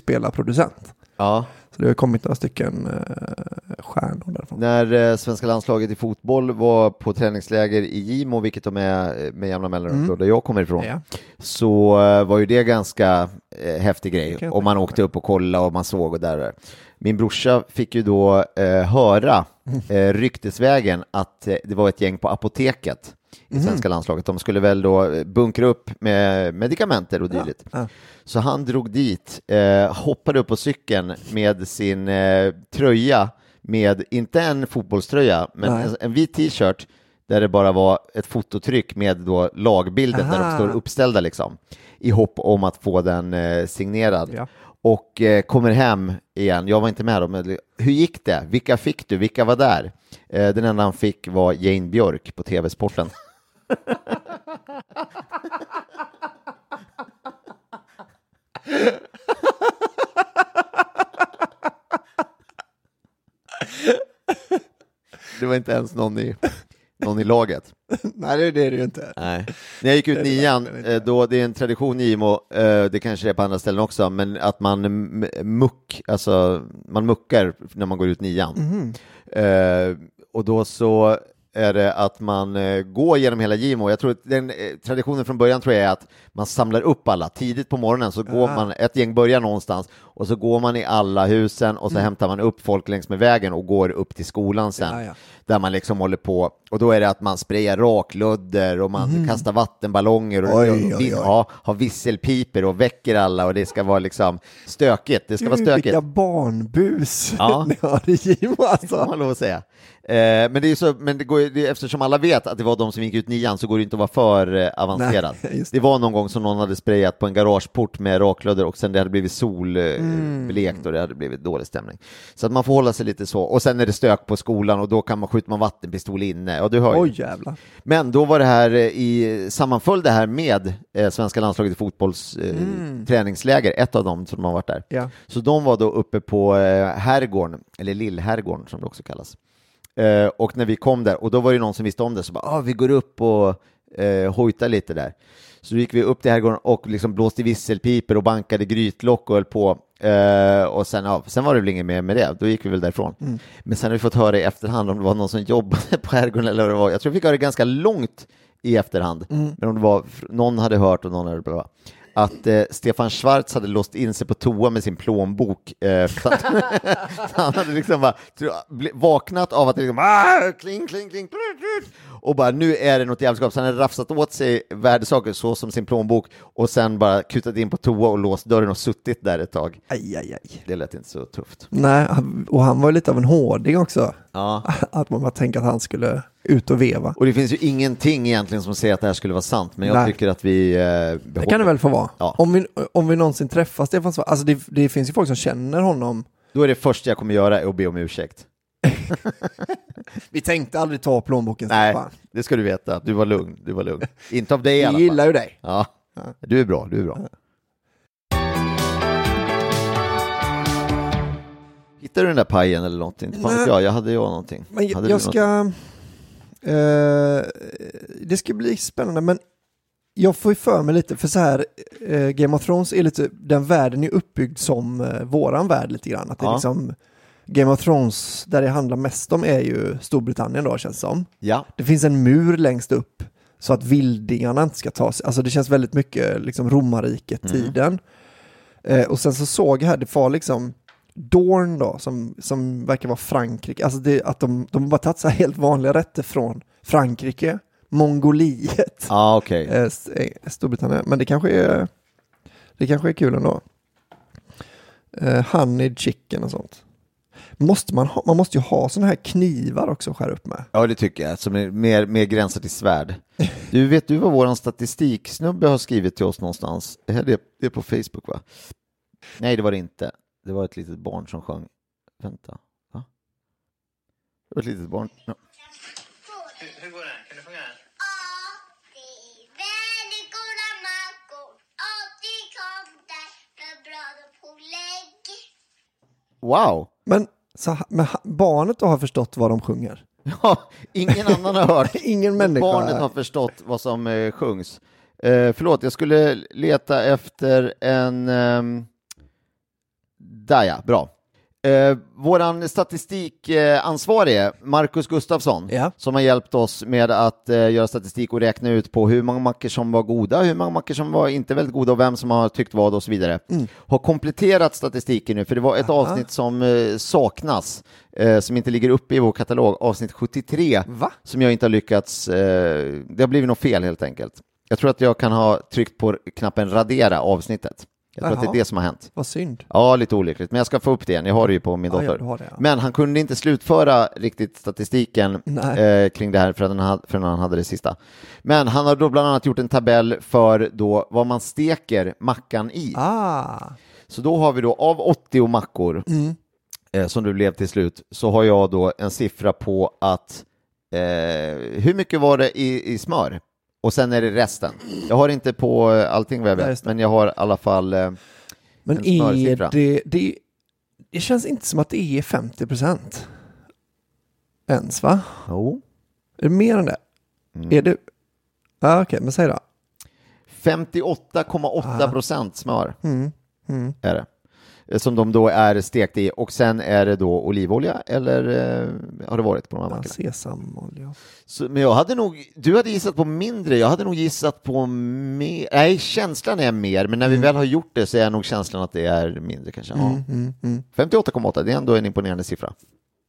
[SPEAKER 1] ishockeyspelarproducent.
[SPEAKER 2] Ja.
[SPEAKER 1] Så det har kommit några stycken eh, stjärnor därifrån.
[SPEAKER 2] När eh, svenska landslaget i fotboll var på träningsläger i Gimo, vilket de är eh, med jämna mellanrum, då, där jag kommer ifrån,
[SPEAKER 1] Mm. Ja.
[SPEAKER 2] så eh, var ju det ganska eh, häftig
[SPEAKER 1] Det kan
[SPEAKER 2] grej.
[SPEAKER 1] jag
[SPEAKER 2] Och man
[SPEAKER 1] tänka
[SPEAKER 2] åkte upp och kollade och man såg och där. och där. Min brorsa fick ju då eh, höra eh, ryktesvägen att eh, det var ett gäng på apoteket
[SPEAKER 1] Mhm.
[SPEAKER 2] i svenska landslaget. De skulle väl då eh, bunkra upp med medikamenter och dylikt.
[SPEAKER 1] ja.
[SPEAKER 2] Så han drog dit, eh, hoppade upp på cykeln med sin eh, tröja med, inte en fotbollströja, men
[SPEAKER 1] Nej.
[SPEAKER 2] en, en vit t-shirt där det bara var ett fototryck med då lagbilden där de
[SPEAKER 1] Aha.
[SPEAKER 2] står uppställda liksom, i hopp om att få den eh, signerad.
[SPEAKER 1] Ja.
[SPEAKER 2] Och eh, kommer hem igen, jag var inte med då, men hur gick det? Vilka fick du? Vilka var där? Eh, den enda han fick var Jane Björk på TV-sporten. *laughs* Det var inte ens någon i, någon i laget.
[SPEAKER 1] *laughs* Nej, det, det är det ju inte.
[SPEAKER 2] Nej. När jag gick ut nian, eh, då, det är en tradition i Gimo, eh, det kanske är på andra ställen också, men att man m- muck, alltså man muckar när man går ut nian.
[SPEAKER 1] Mhm.
[SPEAKER 2] Eh, och då så är det att man eh, går genom hela Gimo. Jag tror att den eh, traditionen från början tror jag är att man samlar upp alla tidigt på morgonen så går man, ett gäng börjar någonstans och så går man i alla husen och så hämtar man upp folk längs med vägen och går upp till skolan sen
[SPEAKER 1] Mm. Ja, ja.
[SPEAKER 2] där man liksom håller på och då är det att man sprayar raklödder och man kastar vattenballonger och,
[SPEAKER 1] Mm. Oj,
[SPEAKER 2] och
[SPEAKER 1] oj, oj.
[SPEAKER 2] Ja, har visselpiper och väcker alla och det ska vara liksom stökigt. Det ska vara
[SPEAKER 1] Gud,
[SPEAKER 2] stökigt.
[SPEAKER 1] Vilka barnbus
[SPEAKER 2] Ja.
[SPEAKER 1] *laughs* ni har i Gimo
[SPEAKER 2] Det får
[SPEAKER 1] alltså.
[SPEAKER 2] man lov att säga. Eh, men det är ju så, men det går, ju- det, eftersom alla vet att det var de som gick ut nian så går det inte att vara för eh, avancerad.
[SPEAKER 1] Nej, *laughs* just
[SPEAKER 2] det var någon gång som någon hade sprayat på en garageport med raklödder och sen det hade blivit solblekt
[SPEAKER 1] Mm.
[SPEAKER 2] eh, blekt och det hade blivit dålig stämning. Så att man får hålla sig lite så. Och sen är det stök på skolan och då kan man skjuta man vattenpistol inne. Ja, du hör ju.
[SPEAKER 1] Oj jävlar.
[SPEAKER 2] Men då var det här eh, i, sammanföll det här med eh, svenska landslaget i fotbolls eh, träningsläger, ett av dem som har varit där.
[SPEAKER 1] Ja.
[SPEAKER 2] Så de var då uppe på eh, herrgården, eller Lillherrgården som det också kallas. Eh, och när vi kom där, och då var det någon som visste om det, så bara ah, vi går upp och eh, hojtar lite där. Så då gick vi upp till herrgården och liksom blåste i visselpiper och bankade grytlock och höll på. Eh, och sen, ja, sen var det väl inget mer med det, då gick vi väl därifrån. Men sen har vi fått höra i efterhand om det var någon som jobbade *laughs* på herrgården eller vad det var. Jag tror vi fick höra det ganska långt i efterhand, men om det var någon hade hört och någon hade bla bla. Att eh, Stefan Schwarz hade låst in sig på toa med sin plånbok. Eh, så att, *laughs* han hade liksom bara, tror jag, bli- vaknat av att det liksom, ah, kling, kling, kling, prut, prut. och bara nu är det något jävelskap. Så han hade rafsat åt sig värdesaker så som sin plånbok och sen bara kutat in på toa och låst dörren och suttit där ett tag.
[SPEAKER 1] Aj, aj, aj.
[SPEAKER 2] Det lät inte så tufft.
[SPEAKER 1] Nej, han- och han var ju lite av en hårding också.
[SPEAKER 2] Ja.
[SPEAKER 1] *laughs* Att man bara tänkte att han skulle ut och veva.
[SPEAKER 2] Och det finns ju ingenting egentligen som säger att det här skulle vara sant, men jag
[SPEAKER 1] Nej.
[SPEAKER 2] tycker att vi eh, behåller.
[SPEAKER 1] Det kan det väl få vara.
[SPEAKER 2] Ja.
[SPEAKER 1] Om, vi, om vi någonsin träffas Stefan Svart, alltså det, det finns ju folk som känner honom.
[SPEAKER 2] Då är det första jag kommer göra är att be om ursäkt.
[SPEAKER 1] Vi tänkte aldrig ta plånboken
[SPEAKER 2] Nej,
[SPEAKER 1] Stefan.
[SPEAKER 2] det ska du veta. Du var lugn. Du
[SPEAKER 1] *laughs*
[SPEAKER 2] var lugn. Inte av dig i alla
[SPEAKER 1] Vi
[SPEAKER 2] fall.
[SPEAKER 1] gillar ju dig.
[SPEAKER 2] Ja. Du är bra, du är bra. Hittade du den där pajen eller någonting? Inte fan vet
[SPEAKER 1] Nej.
[SPEAKER 2] jag, jag hade jag någonting.
[SPEAKER 1] Men
[SPEAKER 2] hade
[SPEAKER 1] jag,
[SPEAKER 2] du
[SPEAKER 1] jag ska...
[SPEAKER 2] något?
[SPEAKER 1] eh, det ska bli spännande, men jag får ju för mig lite, för så här, eh, Game of Thrones är lite, den världen är uppbyggd som eh, våran värld lite grann. Att det
[SPEAKER 2] Ja.
[SPEAKER 1] är liksom, Game of Thrones, där det handlar mest om är ju Storbritannien då, känns det som.
[SPEAKER 2] Ja,
[SPEAKER 1] Det finns en mur längst upp så att vildingarna inte ska ta sig. Alltså det känns väldigt mycket liksom romarriket-tiden. Eh, och sen så såg jag här, det var liksom Dorn då, som, som verkar vara Frankrike. Alltså det, att de, de har bara tagit så här helt vanliga rätter från Frankrike, Mongoliet,
[SPEAKER 2] ah, okej.
[SPEAKER 1] eh, S- eh, Storbritannien. Men det kanske är, det kanske är kul ändå. Eh, honey chicken och sånt. Måste man, ha, man måste ju ha sådana här knivar också att skära upp med.
[SPEAKER 2] Ja, det tycker jag. Som är mer, mer gränsar till svärd. Du, vet du vad vår statistiksnubbe har skrivit till oss någonstans? Det, här, det det är på Facebook, va? Nej, det var det inte. Det var ett litet barn som sjöng. Vänta, va? Det var ett litet barn. Ja.
[SPEAKER 4] Hur, hur går den? Kan du sjunga den? pålägg.
[SPEAKER 2] Wow!
[SPEAKER 1] Men, så, ha- men ha- barnet då har förstått vad de sjunger?
[SPEAKER 2] Ja, ingen annan har
[SPEAKER 1] *laughs*
[SPEAKER 2] hört.
[SPEAKER 1] Ingen människa.
[SPEAKER 2] Barnet har förstått vad som eh, sjungs. Eh, förlåt, jag skulle leta efter en... ehm, Där ja, bra. Eh, våran statistikansvarige, Marcus Gustafsson,
[SPEAKER 1] Ja.
[SPEAKER 2] som har hjälpt oss med att eh, göra statistik och räkna ut på hur många mackor som var goda, hur många mackor som var inte väldigt goda och vem som har tyckt vad och så vidare,
[SPEAKER 1] Mm.
[SPEAKER 2] har kompletterat statistiken nu, för det var ett avsnitt som eh, saknas, eh, som inte ligger uppe i vår katalog, avsnitt 73,
[SPEAKER 1] Va?
[SPEAKER 2] som jag inte har lyckats, eh, det har blivit något fel helt enkelt. Jag tror att jag kan ha tryckt på knappen radera avsnittet. Jag tror att
[SPEAKER 1] Jaha.
[SPEAKER 2] det är det som har hänt.
[SPEAKER 1] Vad synd.
[SPEAKER 2] Ja, lite olyckligt, men jag ska få upp det igen. Jag har det ju på min
[SPEAKER 1] Ja, ja,
[SPEAKER 2] dator.
[SPEAKER 1] du har det, ja.
[SPEAKER 2] Men han kunde inte slutföra riktigt statistiken
[SPEAKER 1] Nej.
[SPEAKER 2] eh, kring det här förrän han, hade, förrän han hade det sista. Men han har då bland annat gjort en tabell för då vad man steker mackan i.
[SPEAKER 1] Ah,
[SPEAKER 2] Så då har vi då av 80 mackor
[SPEAKER 1] Mm.
[SPEAKER 2] eh, som du blev till slut så har jag då en siffra på att eh, hur mycket var det i, i smör? Och sen är det resten. Jag har inte på eh, allting vad jag
[SPEAKER 1] Nej,
[SPEAKER 2] vet,
[SPEAKER 1] just det.
[SPEAKER 2] men jag har i alla fall eh,
[SPEAKER 1] men
[SPEAKER 2] En
[SPEAKER 1] är
[SPEAKER 2] smörsiffra.
[SPEAKER 1] det, det... Det känns inte som att det är 50 procent. Ens va?
[SPEAKER 2] jo,
[SPEAKER 1] Är det mer än det?
[SPEAKER 2] Mm.
[SPEAKER 1] Är det... Ja, ah, okej, men säg då.
[SPEAKER 2] 58,8 procent smör
[SPEAKER 1] Ah. Mm,
[SPEAKER 2] är det. Eh, Som de då är stekt i och sen är det då olivolja eller eh, har det varit på de här
[SPEAKER 1] Ja,
[SPEAKER 2] mackorna?
[SPEAKER 1] sesamolja.
[SPEAKER 2] Så, men jag hade nog, du hade gissat på mindre, jag hade nog gissat på mer, nej känslan är mer, men när
[SPEAKER 1] Mm.
[SPEAKER 2] vi väl har gjort det så är nog känslan att det är mindre kanske. Ja.
[SPEAKER 1] mm,
[SPEAKER 2] 58,8, det är ändå en imponerande siffra.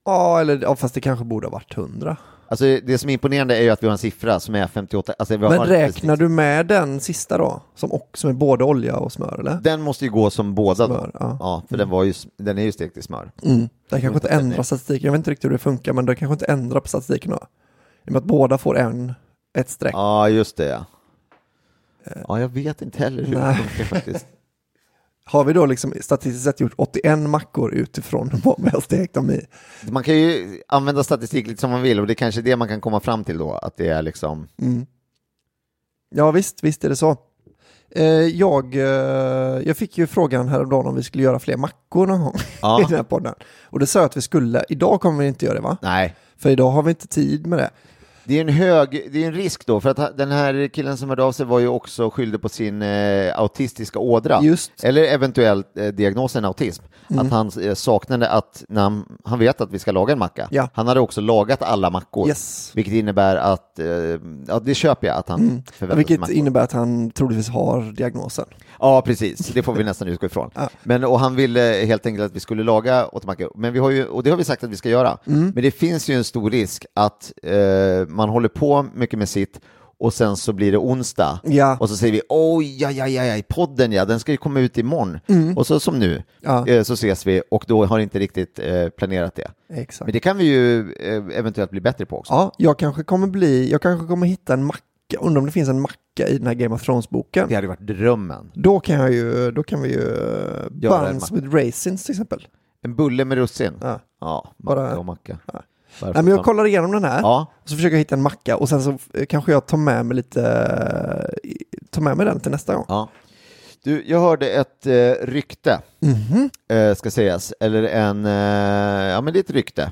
[SPEAKER 1] Ja, eller ja, fast det kanske borde ha varit 100.
[SPEAKER 2] Alltså det som är imponerande är ju att vi har en siffra som är 58, alltså vi har
[SPEAKER 1] Men räknar du med den sista då? Som, och, som är både olja och smör eller?
[SPEAKER 2] Den måste ju gå som båda
[SPEAKER 1] Smör,
[SPEAKER 2] då.
[SPEAKER 1] ja.
[SPEAKER 2] för den, var ju, den är ju stekt i smör.
[SPEAKER 1] Mm. Den kanske inte ändrar statistiken. Jag vet inte riktigt hur det funkar, men den kanske inte ändrar på statistiken då. I och med att båda får en, ett streck.
[SPEAKER 2] Ja, just det ja. Ja, jag vet inte heller hur det
[SPEAKER 1] Nej.
[SPEAKER 2] funkar faktiskt.
[SPEAKER 1] Har vi då liksom statistiskt sett gjort 81 mackor utifrån *laughs* vad vi har stekt dem i?
[SPEAKER 2] Man kan ju använda statistik lite som man vill och det är kanske det man kan komma fram till då, att det är liksom
[SPEAKER 1] Ja visst, visst är det så. Eh, jag, eh, jag fick ju frågan häromdagen om vi skulle göra fler mackor någon gång *laughs*
[SPEAKER 2] Ja.
[SPEAKER 1] i den här podden. Och det sa jag att vi skulle. Idag kommer vi inte göra det va?
[SPEAKER 2] Nej,
[SPEAKER 1] För idag har vi inte tid med det.
[SPEAKER 2] det är en hög, det är en risk då, för att ha- den här killen som hörde av sig var ju också skyldig på sin eh, autistiska ådra,
[SPEAKER 1] Just. Mm.
[SPEAKER 2] eller eventuellt eh, diagnosen autism, att han eh, saknade att, när han, han vet att vi ska laga en macka,
[SPEAKER 1] Ja.
[SPEAKER 2] han hade också lagat alla mackor,
[SPEAKER 1] Yes. Mm.
[SPEAKER 2] vilket innebär att, eh, ja det köper jag att han förväntar sig
[SPEAKER 1] Vilket
[SPEAKER 2] mackor.
[SPEAKER 1] innebär att han troligtvis har diagnosen.
[SPEAKER 2] Ja, precis. Det får vi nästan utgå ifrån. Men, och han ville helt enkelt att vi skulle laga återmackor. Men vi har ju, och det har vi sagt att vi ska göra.
[SPEAKER 1] Mm.
[SPEAKER 2] Men det finns ju en stor risk att eh, man håller på mycket med sitt och sen så blir det onsdag.
[SPEAKER 1] Ja.
[SPEAKER 2] Och så säger vi oj, ja, ja, ja, ja, podden ja, den ska ju komma ut imorgon. Och så som nu,
[SPEAKER 1] Mm. Ja.
[SPEAKER 2] eh, så ses vi och då har inte riktigt eh, planerat det.
[SPEAKER 1] Exakt.
[SPEAKER 2] Men det kan vi ju eh, eventuellt bli bättre på också.
[SPEAKER 1] Ja, jag kanske kommer bli, jag kanske kommer hitta en macka, undrar om det finns en macka i den här Game of Thrones-boken.
[SPEAKER 2] Det hade ju varit drömmen.
[SPEAKER 1] Då kan jag ju, då kan vi ju, eh,
[SPEAKER 2] Göra en
[SPEAKER 1] Buns
[SPEAKER 2] macka.
[SPEAKER 1] with raisins till exempel.
[SPEAKER 2] En bulle med russin.
[SPEAKER 1] Ja.
[SPEAKER 2] ja
[SPEAKER 1] Bara-
[SPEAKER 2] macka och macka. Varför
[SPEAKER 1] Nej men jag
[SPEAKER 2] tar-
[SPEAKER 1] kollar igenom den här,
[SPEAKER 2] Ja.
[SPEAKER 1] och så försöker jag hitta en macka och sen så eh, kanske jag tar med mig lite, eh, tar med mig den till nästa gång.
[SPEAKER 2] Ja. Du, jag hörde ett eh, rykte, eh, ska sägas, eller en, eh, ja men det är ett rykte.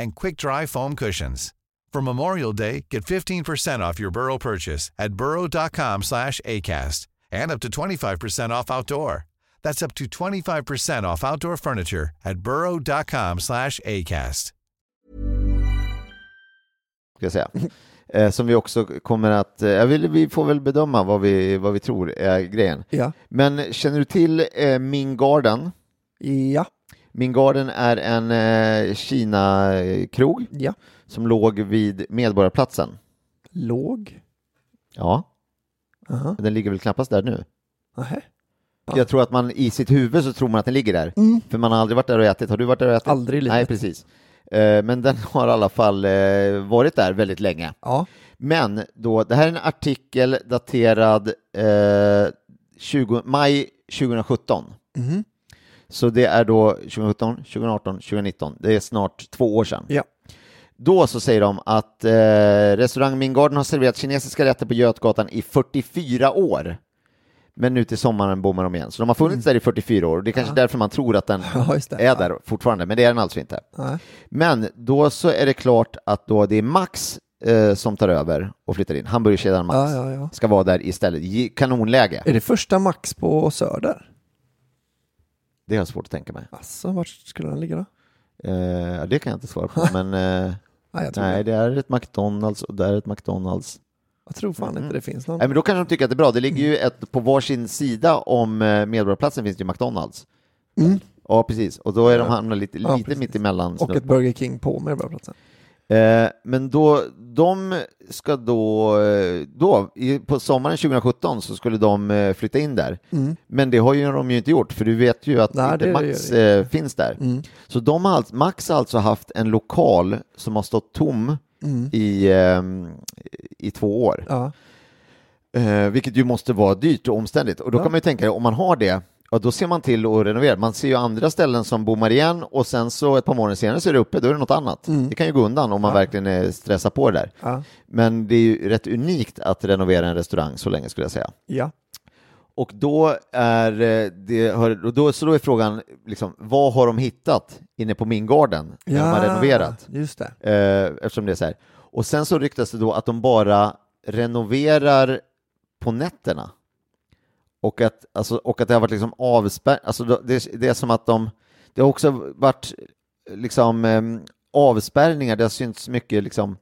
[SPEAKER 4] and quick-dry foam cushions. For Memorial Day, get 15% off your Burrow purchase at burrow.com slash ACAST and up to 25% off outdoor. That's up to 25% off outdoor furniture at burrow.com slash ACAST.
[SPEAKER 2] ska jag säga. Eh, som vi också kommer att, eh, jag vill, vi får väl bedöma vad vi, vad vi tror är grejen.
[SPEAKER 1] Ja.
[SPEAKER 2] Men känner du till eh, Ming Garden?
[SPEAKER 1] Ja.
[SPEAKER 2] Ming Garden är en eh, Kina-krog
[SPEAKER 1] Ja.
[SPEAKER 2] som låg vid Medborgarplatsen.
[SPEAKER 1] Låg.
[SPEAKER 2] Ja,
[SPEAKER 1] Aha.
[SPEAKER 2] den ligger väl knappast där nu.
[SPEAKER 1] Nähä. Ja. Mm.
[SPEAKER 2] Jag tror att man i sitt huvud så tror man att den ligger där, för man har aldrig varit där och ätit. Har du varit där och ätit?
[SPEAKER 1] Aldrig i livet.
[SPEAKER 2] Nej, precis. Eh, Men den har i alla fall eh, varit där väldigt länge.
[SPEAKER 1] Ja.
[SPEAKER 2] Men då, det här är en artikel daterad eh, 20, maj 2017.
[SPEAKER 1] Mhm.
[SPEAKER 2] Så det är då 2017, 2018, 2019. Det är snart två år sedan.
[SPEAKER 1] Ja.
[SPEAKER 2] Då så säger de att eh, restaurang Mingarden har serverat kinesiska rätter på Götgatan i 44 år. Men nu till sommaren bommar de igen. Så de har funnits där i 44 år och det är kanske därför man tror att den
[SPEAKER 1] Mm. *laughs* Ja, just det.
[SPEAKER 2] är där fortfarande, men det är den alltså inte.
[SPEAKER 1] Nej.
[SPEAKER 2] Men då så är det klart att då det är Max eh, som tar över och flyttar in. Hamburgerkedjan Max
[SPEAKER 1] Ja, ja, ja.
[SPEAKER 2] ska vara där istället. Ge- Kanonläge.
[SPEAKER 1] Är det första Max på Söder?
[SPEAKER 2] Det har jag svårt att tänka mig.
[SPEAKER 1] Alltså, vart skulle den ligga då?
[SPEAKER 2] Eh, ja, det kan jag inte
[SPEAKER 1] *laughs*
[SPEAKER 2] svara på, men eh,
[SPEAKER 1] Nej, jag tror,
[SPEAKER 2] nej, det är ett McDonalds och där är ett McDonalds.
[SPEAKER 1] jag tror fan
[SPEAKER 2] Mm.
[SPEAKER 1] inte det finns någon.
[SPEAKER 2] Nej, men då kanske de tycker att det är bra. Det ligger ju ett, på varsin sida om eh, Medborgarplatsen finns det ju McDonalds.
[SPEAKER 1] Mm.
[SPEAKER 2] Ja, precis. Och då är de hamnar lite,
[SPEAKER 1] Ja,
[SPEAKER 2] lite
[SPEAKER 1] precis.
[SPEAKER 2] mitt emellan.
[SPEAKER 1] Och ett Burger King på Medborgarplatsen.
[SPEAKER 2] Eh, men då, de ska då, eh, då i, på sommaren 2017 så skulle de eh, flytta in där. Men det har ju de ju inte gjort, för du vet ju att
[SPEAKER 1] Mm. Nej,
[SPEAKER 2] inte
[SPEAKER 1] det-
[SPEAKER 2] Max
[SPEAKER 1] det- Mm.
[SPEAKER 2] eh, finns där. Så de har, allt- Max har alltså haft en lokal som har stått tom
[SPEAKER 1] Mm.
[SPEAKER 2] i, ehm, i två år.
[SPEAKER 1] Ja.
[SPEAKER 2] Eh, vilket ju måste vara dyrt och omständigt. Och då
[SPEAKER 1] Ja.
[SPEAKER 2] kan man ju tänka, om man har det, ja, då ser man till att renovera. Man ser ju andra ställen som bommar igen och sen så ett par månader senare så är det uppe, då är det något annat. Det kan ju gå undan om man verkligen eh, stressar på det där.
[SPEAKER 1] Mm. Ja.
[SPEAKER 2] Men det är ju rätt unikt att renovera en restaurang så länge skulle jag säga.
[SPEAKER 1] Ja.
[SPEAKER 2] Och då är eh, det, har- och då, så då är frågan, liksom, vad har de hittat inne på Mingarden när de har renoverat?
[SPEAKER 1] Just det.
[SPEAKER 2] Eh, eftersom det är så här. Och sen så ryktas det då att de bara renoverar på nätterna. Och att, alltså, och att det har varit liksom avspärr... Alltså då- det, det är som att de... Det har också varit liksom ehm, avspärrningar, det har synts mycket liksom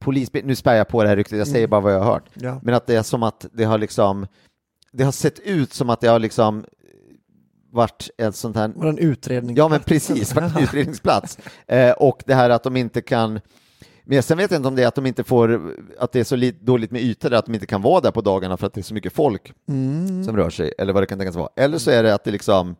[SPEAKER 2] polis... Nu spär jag på det här ryktet, jag säger bara vad jag har hört.
[SPEAKER 1] Ja.
[SPEAKER 2] Men att det är som att det har liksom... Det har sett ut som att det har liksom varit ett sånt här...
[SPEAKER 1] Var det en utredning?
[SPEAKER 2] Ja,
[SPEAKER 1] *laughs*
[SPEAKER 2] men precis, för en utredningsplats. Eh, och det här att de inte kan men sen vet jag inte om det är att de inte får, att det är så lit, dåligt med ytor där att de inte kan vara där på dagarna för att det är så mycket folk
[SPEAKER 1] Mm.
[SPEAKER 2] som rör sig, eller vad det kan tänkas vara. Eller så är det att det liksom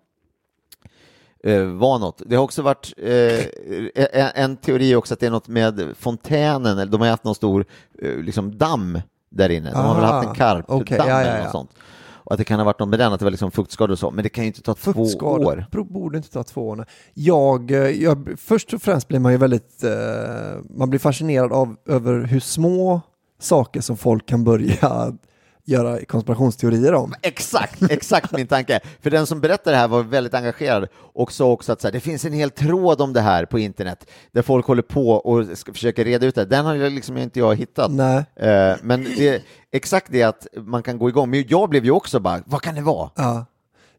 [SPEAKER 2] eh, var något. Det har också varit, eh, en, en teori är också att det är något med fontänen, eller de har haft någon stor eh, liksom damm där inne. De har väl
[SPEAKER 1] Ah,
[SPEAKER 2] haft en karpdamm
[SPEAKER 1] okej, ja, ja,
[SPEAKER 2] eller
[SPEAKER 1] ja.
[SPEAKER 2] något sånt. Och att det kan ha varit något med den, att det var liksom fuktskador och så, men det kan ju inte ta två
[SPEAKER 1] Fuktskador
[SPEAKER 2] år.
[SPEAKER 1] Bro- borde inte ta två år. nej. Jag, eh, jag, först och främst blir man ju väldigt, eh, man blir fascinerad av över hur små saker som folk kan börja *laughs* göra konspirationsteorier om.
[SPEAKER 2] Exakt, exakt min tanke. För den som berättar det här var väldigt engagerad och sa också att så här, det finns en hel tråd om det här på internet där folk håller på och ska försöker reda ut det. Den har jag liksom inte jag hittat.
[SPEAKER 1] Nej.
[SPEAKER 2] Eh, Men det, exakt det att man kan gå igång. Men jag blev ju också bara, vad kan det vara?
[SPEAKER 1] Ja.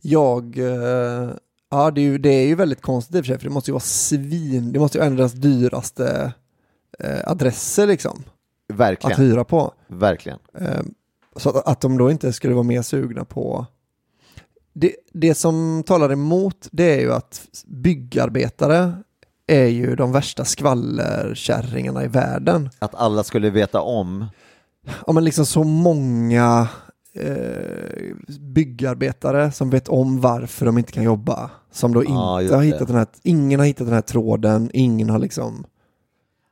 [SPEAKER 1] Jag, eh, ja det är, ju, det är ju väldigt konstigt i och för sig, för det måste ju vara svin, det måste ju vara en av deras dyraste eh, adresser liksom, att
[SPEAKER 2] Verkligen,
[SPEAKER 1] hyra på.
[SPEAKER 2] verkligen.
[SPEAKER 1] Så att, att de då inte skulle vara mer sugna på... Det, det som talar emot det är ju att byggarbetare är ju de värsta skvallerkärringarna i världen.
[SPEAKER 2] Att alla skulle veta om.
[SPEAKER 1] Ja men liksom så många eh, byggarbetare som vet om varför de inte kan jobba. Som då inte
[SPEAKER 2] Ja, just
[SPEAKER 1] har
[SPEAKER 2] det.
[SPEAKER 1] hittat den här, ingen har hittat den här tråden, ingen har liksom...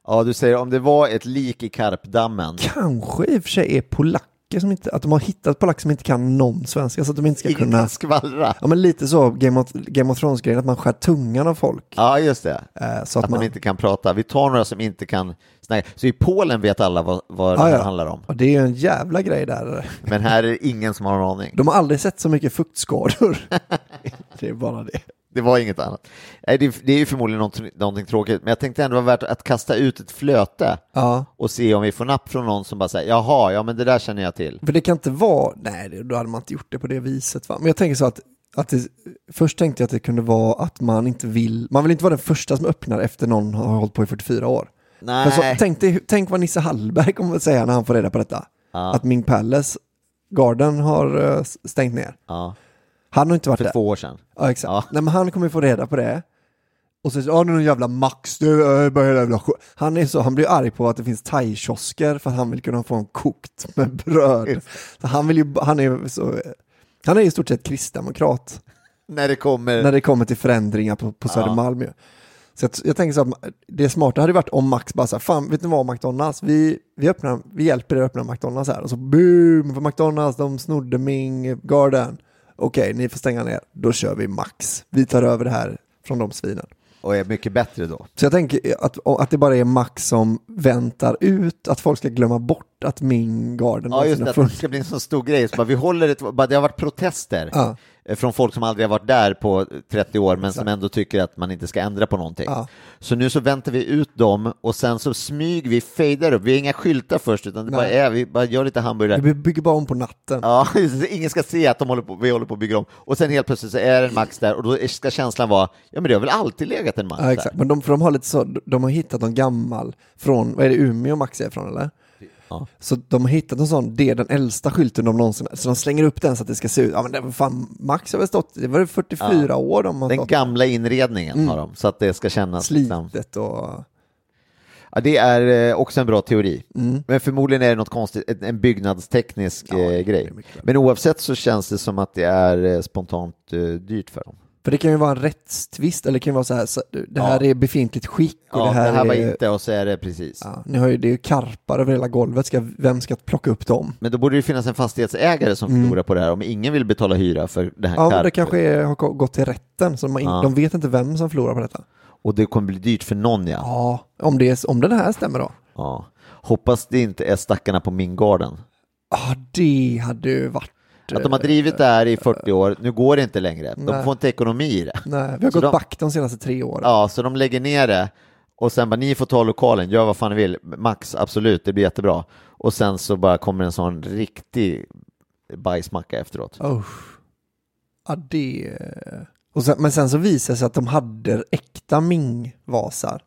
[SPEAKER 2] Ja, du säger om det var ett lik i karpdammen.
[SPEAKER 1] Kanske i och för sig är polacker svenskar som inte, att de har hittat polacker som inte kan någon svenska så att de inte ska
[SPEAKER 2] Ingen
[SPEAKER 1] kunna...
[SPEAKER 2] kan skvallra.
[SPEAKER 1] Ja men lite så Game of, Game of Thrones-grejen, att man skär tungan av folk.
[SPEAKER 2] Ja, just det.
[SPEAKER 1] Eh, så att,
[SPEAKER 2] att
[SPEAKER 1] man...
[SPEAKER 2] de inte kan prata. Vi tar några som inte kan snacka. Så i Polen vet alla vad, vad
[SPEAKER 1] Ja,
[SPEAKER 2] det
[SPEAKER 1] ja.
[SPEAKER 2] här handlar om.
[SPEAKER 1] Ja, det är ju en jävla grej där.
[SPEAKER 2] Men här är det ingen som har en aning.
[SPEAKER 1] De har aldrig sett så mycket
[SPEAKER 2] *laughs*
[SPEAKER 1] fuktskador. det är bara det.
[SPEAKER 2] Det var inget annat. Nej, det, det är ju förmodligen något, någonting tråkigt, men jag tänkte ändå vara värt att kasta ut ett flöte
[SPEAKER 1] Ja.
[SPEAKER 2] och se om vi får napp från någon som bara säger jaha, ja men det där känner jag till.
[SPEAKER 1] För det kan inte vara, nej det- då hade man inte gjort det på det viset va. Men jag tänker så att, att det, först tänkte jag att det kunde vara att man inte vill, man vill inte vara den första som öppnar efter någon har hållit på i 44 år.
[SPEAKER 2] Nej.
[SPEAKER 1] Men så, tänk, dig, tänk vad Nisse Hallberg kommer att säga när han får reda på detta.
[SPEAKER 2] Ja.
[SPEAKER 1] Att Ming Palace Garden har eh, s- stängt ner.
[SPEAKER 2] Ja,
[SPEAKER 1] Han har inte varit
[SPEAKER 2] för
[SPEAKER 1] där.
[SPEAKER 2] två år sedan.
[SPEAKER 1] Ja, exakt.
[SPEAKER 2] Ja.
[SPEAKER 1] Nej, men han kommer ju få reda på det. Och så, ja nu är det någon jävla Max, det är eh, bara hela jävla skö-" han, är så, han blir arg på att det finns thai-kiosker för att han vill kunna få en kokt med bröd. Så han, vill ju, han, är så, han är i stort sett kristdemokrat
[SPEAKER 2] När det kommer...
[SPEAKER 1] när det kommer till förändringar på, på Södermalm. ju. Så jag, jag tänker så här, det smarta hade ju varit om Max bara så här, fan vet ni vad McDonalds, vi, vi, öppnar, vi hjälper er att öppna McDonalds här. Och så boom, för McDonalds, de snodde Ming Garden. Okej, ni får stänga ner, då kör vi Max. Vi tar över det här från de svinen.
[SPEAKER 2] Och är mycket bättre då.
[SPEAKER 1] Så jag tänker att, att det bara är Max som väntar ut att folk ska glömma bort att Ming Garden
[SPEAKER 2] Ja,
[SPEAKER 1] någonsin
[SPEAKER 2] just det,
[SPEAKER 1] har
[SPEAKER 2] att det
[SPEAKER 1] funnits.
[SPEAKER 2] ska bli en sån stor grej. Så bara, vi håller ett, bara, det har varit protester
[SPEAKER 1] Ja.
[SPEAKER 2] eh, från folk som aldrig har varit där på 30 år, men som ändå tycker att man inte ska ändra på någonting.
[SPEAKER 1] Ja.
[SPEAKER 2] Så nu så väntar vi ut dem och sen så smyger vi, fejdar upp. Vi har inga skyltar först, utan det bara
[SPEAKER 1] Nej.
[SPEAKER 2] är, vi bara gör lite hamburgare.
[SPEAKER 1] Vi bygger bara om på natten.
[SPEAKER 2] Ja, *laughs* just det. ingen ska se att de håller på, vi håller på att bygga om. Och sen helt plötsligt så är det en Max där och då ska känslan vara, ja men det har väl alltid legat en Max
[SPEAKER 1] Ja, exakt.
[SPEAKER 2] där.
[SPEAKER 1] Men de, för de har lite så, de har hittat någon gammal från, vad är det, Umeå Max är från eller?
[SPEAKER 2] Ja.
[SPEAKER 1] Så de har hittat en sån, det är den äldsta skylten de någonsin, så de slänger upp den så att det ska se ut, ja men det var fan, Max har väl stått, det var det 44 år de har
[SPEAKER 2] Den
[SPEAKER 1] stått
[SPEAKER 2] gamla inredningen
[SPEAKER 1] Mm.
[SPEAKER 2] har de, så att det ska kännas liksom.
[SPEAKER 1] slitet och...
[SPEAKER 2] Ja, det är eh, också en bra teori.
[SPEAKER 1] Mm.
[SPEAKER 2] Men förmodligen är det något konstigt, en- en byggnadsteknisk eh, grej. Men oavsett så känns det som att det är eh, spontant eh, dyrt för dem.
[SPEAKER 1] För det kan ju vara en rättstvist, eller det kan ju vara så här, så, det här
[SPEAKER 2] Ja.
[SPEAKER 1] är befintligt skick och
[SPEAKER 2] Ja,
[SPEAKER 1] det här,
[SPEAKER 2] var
[SPEAKER 1] är...
[SPEAKER 2] inte och så är det precis.
[SPEAKER 1] Ja, ni har ju, det är ju karpar över hela golvet, ska, vem ska plocka upp dem?
[SPEAKER 2] Men då borde det finnas en fastighetsägare som förlorar på det här om ingen vill betala hyra för det här
[SPEAKER 1] Mm. Ja, men det
[SPEAKER 2] karp.
[SPEAKER 1] kanske är, har gått till rätten, så de, har in,
[SPEAKER 2] Ja.
[SPEAKER 1] de vet inte vem som förlorar på detta.
[SPEAKER 2] Och det kommer bli dyrt för någon ja.
[SPEAKER 1] Ja, om, det är, om den här stämmer då.
[SPEAKER 2] Ja. Hoppas det inte är stackarna på Mingarden.
[SPEAKER 1] Ja, det hade ju varit...
[SPEAKER 2] Att de har drivit det här i 40 år, nu går det inte längre. De
[SPEAKER 1] Nej.
[SPEAKER 2] får inte ekonomi i det.
[SPEAKER 1] Nej, vi har
[SPEAKER 2] Så
[SPEAKER 1] gått
[SPEAKER 2] de-
[SPEAKER 1] back de senaste tre åren.
[SPEAKER 2] Ja, så de lägger ner det och sen bara ni får ta lokalen, gör vad fan ni vill, max, absolut, det blir jättebra. Och sen så bara kommer en sån riktig bajsmacka efteråt.
[SPEAKER 1] Usch. Ja, det... eh. Och sen, men sen så visar det sig att de hade äkta Ming-vasar.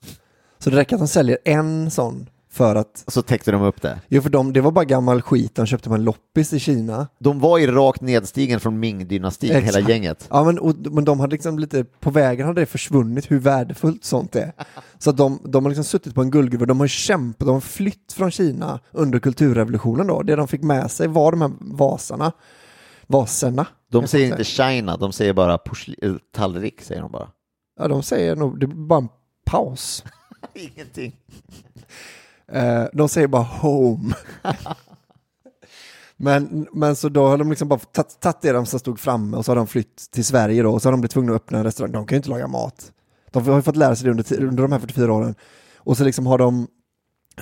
[SPEAKER 1] Så det räcker att de säljer en sån för att...
[SPEAKER 2] Och så täckte de upp det.
[SPEAKER 1] Jo, för dem, det var bara gammal skit de köpte på en loppis i Kina.
[SPEAKER 2] De var ju rakt nedstigen från Ming-dynastin,
[SPEAKER 1] Exakt.
[SPEAKER 2] hela gänget.
[SPEAKER 1] Ja, men, och, men de hade liksom lite... På vägen hade det försvunnit hur värdefullt sånt
[SPEAKER 2] *laughs*
[SPEAKER 1] är. Så att de, de har liksom suttit på en guldgruva. De har kämpat, de har flytt från Kina under kulturrevolutionen då. Det de fick med sig var de här vasarna. Vaserna.
[SPEAKER 2] De säger inte China, de säger bara porsli- eh, tallrik, säger de bara.
[SPEAKER 1] Ja, de säger nog, det är bara en paus.
[SPEAKER 2] Ingenting.
[SPEAKER 1] Eh, de säger bara
[SPEAKER 2] *laughs*
[SPEAKER 1] home. men, men så då har de liksom bara tagit- tagit det de som stod framme och så har de flytt till Sverige då och så har de blivit tvungna att öppna en restaurang. De kan ju inte laga mat. De har ju fått lära sig det under, ti- under de här 44 åren. Och så liksom har de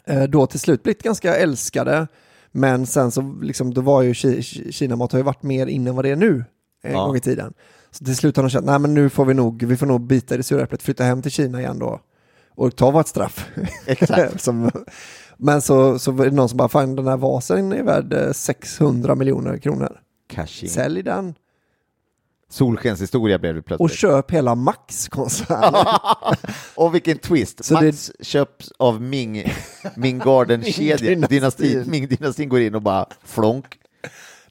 [SPEAKER 1] eh, då till slut blivit ganska älskade. Men sen så liksom, då var ju Ki- Ki- Kina-mat har ju varit mer inne än vad det är nu en
[SPEAKER 2] Ja.
[SPEAKER 1] gång i tiden. Så till slut har de känt, nej men nu får vi nog, vi får nog bita i det sura äpplet, flytta hem till Kina igen då och ta vårt straff. *laughs*
[SPEAKER 2] Exakt.
[SPEAKER 1] som, men så, så var det någon som bara, fan den här vasen är värd eh, 600 miljoner kronor.
[SPEAKER 2] Cashing.
[SPEAKER 1] Sälj den
[SPEAKER 2] Solskenshistoria blev det
[SPEAKER 1] och
[SPEAKER 2] plötsligt.
[SPEAKER 1] köp hela Max-koncernen.
[SPEAKER 2] Och vilken twist!
[SPEAKER 1] Så
[SPEAKER 2] Max köps av Ming, Ming
[SPEAKER 1] *laughs*
[SPEAKER 2] Garden-kedjan,
[SPEAKER 1] Ming-dynastin.
[SPEAKER 2] dynastin. Ming-dynastin går in och bara flonk.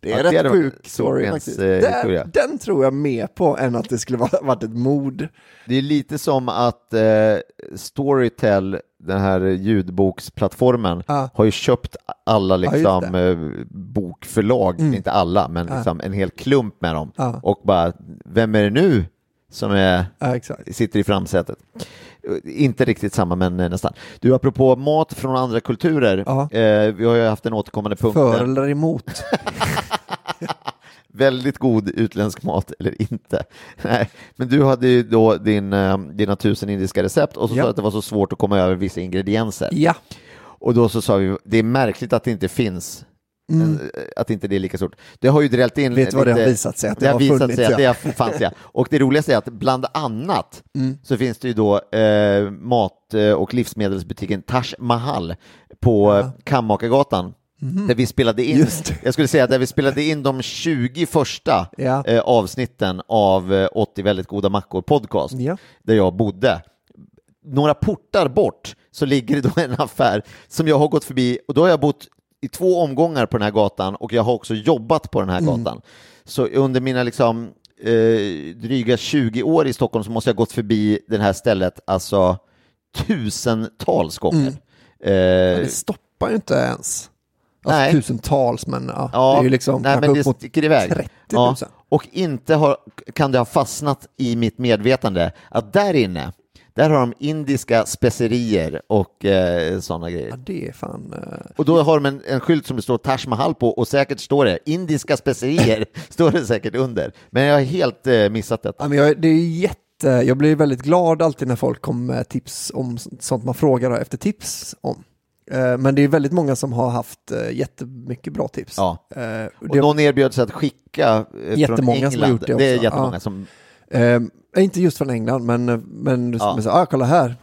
[SPEAKER 1] det
[SPEAKER 2] Ja,
[SPEAKER 1] är rätt
[SPEAKER 2] det
[SPEAKER 1] sjuk story
[SPEAKER 2] solskens,
[SPEAKER 1] faktiskt.
[SPEAKER 2] eh, historia.
[SPEAKER 1] Den, den tror jag mer på än att det skulle vara, *laughs* varit ett mord.
[SPEAKER 2] Det är lite som att eh, Storytel, den här ljudboksplattformen,
[SPEAKER 1] Ja.
[SPEAKER 2] har ju köpt alla
[SPEAKER 1] just
[SPEAKER 2] liksom,
[SPEAKER 1] det. Mm.
[SPEAKER 2] eh, bokförlag, inte alla, men liksom, en hel klump med dem.
[SPEAKER 1] Ja.
[SPEAKER 2] Och bara, vem är det nu som är,
[SPEAKER 1] Ja, exakt.
[SPEAKER 2] sitter i framsätet? Inte riktigt samma, men eh, nästan. Du, apropå mat från andra kulturer.
[SPEAKER 1] Ja.
[SPEAKER 2] Eh, vi har ju haft den återkommande punkten.
[SPEAKER 1] För eller
[SPEAKER 2] *laughs*
[SPEAKER 1] emot?
[SPEAKER 2] Väldigt god utländsk mat *laughs* eller inte. Nej, men du hade ju då din, eh, dina tusen indiska recept och så
[SPEAKER 1] Ja.
[SPEAKER 2] sa du att det var så svårt att komma över vissa ingredienser.
[SPEAKER 1] ja.
[SPEAKER 2] Och då så sa vi, det är märkligt att det inte finns, eh, att inte det är lika stort. Det har ju drällt in
[SPEAKER 1] Mm. Vet du vad det har
[SPEAKER 2] lite-
[SPEAKER 1] visat sig att det
[SPEAKER 2] det har
[SPEAKER 1] har
[SPEAKER 2] visat
[SPEAKER 1] funnits,
[SPEAKER 2] sig att det
[SPEAKER 1] ja.
[SPEAKER 2] har fanns, ja. Och det roligaste är att bland annat
[SPEAKER 1] Mm.
[SPEAKER 2] så finns det ju då eh, mat eh, och livsmedelsbutiken Taj Mahal på ja. Kammakargatan. Där vi spelade in,
[SPEAKER 1] Mhm. Just det.
[SPEAKER 2] jag skulle säga att där vi spelade in de 20 första
[SPEAKER 1] Ja.
[SPEAKER 2] eh, avsnitten av eh, 80 väldigt goda mackor podcast,
[SPEAKER 1] Ja.
[SPEAKER 2] där jag bodde några portar bort så ligger det då en affär som jag har gått förbi och då har jag bott i två omgångar på den här gatan och jag har också jobbat på den här gatan. Så under mina liksom, eh, dryga 20 år i Stockholm så måste jag ha gått förbi det här stället alltså tusentals gånger. Eh,
[SPEAKER 1] Det stoppar ju inte ens. Alltså
[SPEAKER 2] Nej.
[SPEAKER 1] tusentals, men ja,
[SPEAKER 2] Ja,
[SPEAKER 1] det är ju liksom
[SPEAKER 2] nej,
[SPEAKER 1] kanske
[SPEAKER 2] men det
[SPEAKER 1] upp mot
[SPEAKER 2] sticker iväg.
[SPEAKER 1] 30
[SPEAKER 2] Ja,
[SPEAKER 1] 000.
[SPEAKER 2] och inte har, kan det ha fastnat i mitt medvetande att där inne, där har de indiska specerier och eh, sådana grejer.
[SPEAKER 1] Ja, det är fan... eh,
[SPEAKER 2] Och då har de en, en skylt som det står Taj Mahal på och säkert står det
[SPEAKER 1] *laughs*
[SPEAKER 2] indiska specerier, står det säkert under. Men jag har helt eh, missat detta.
[SPEAKER 1] Ja, men jag, det är jätte, jag blir väldigt glad alltid när folk kommer med tips om s- sånt man frågar efter tips om. Eh, Men det är väldigt många som har haft eh, jättemycket bra tips.
[SPEAKER 2] Ja.
[SPEAKER 1] Eh, och
[SPEAKER 2] Och
[SPEAKER 1] det-
[SPEAKER 2] någon erbjöd sig att skicka eh, från
[SPEAKER 1] Jättemånga som har
[SPEAKER 2] England.
[SPEAKER 1] gjort det
[SPEAKER 2] är
[SPEAKER 1] också,
[SPEAKER 2] jättemånga
[SPEAKER 1] ja.
[SPEAKER 2] som...
[SPEAKER 1] eh, inte just från England, men, eh, men
[SPEAKER 2] Ja.
[SPEAKER 1] men så, ah, kolla här,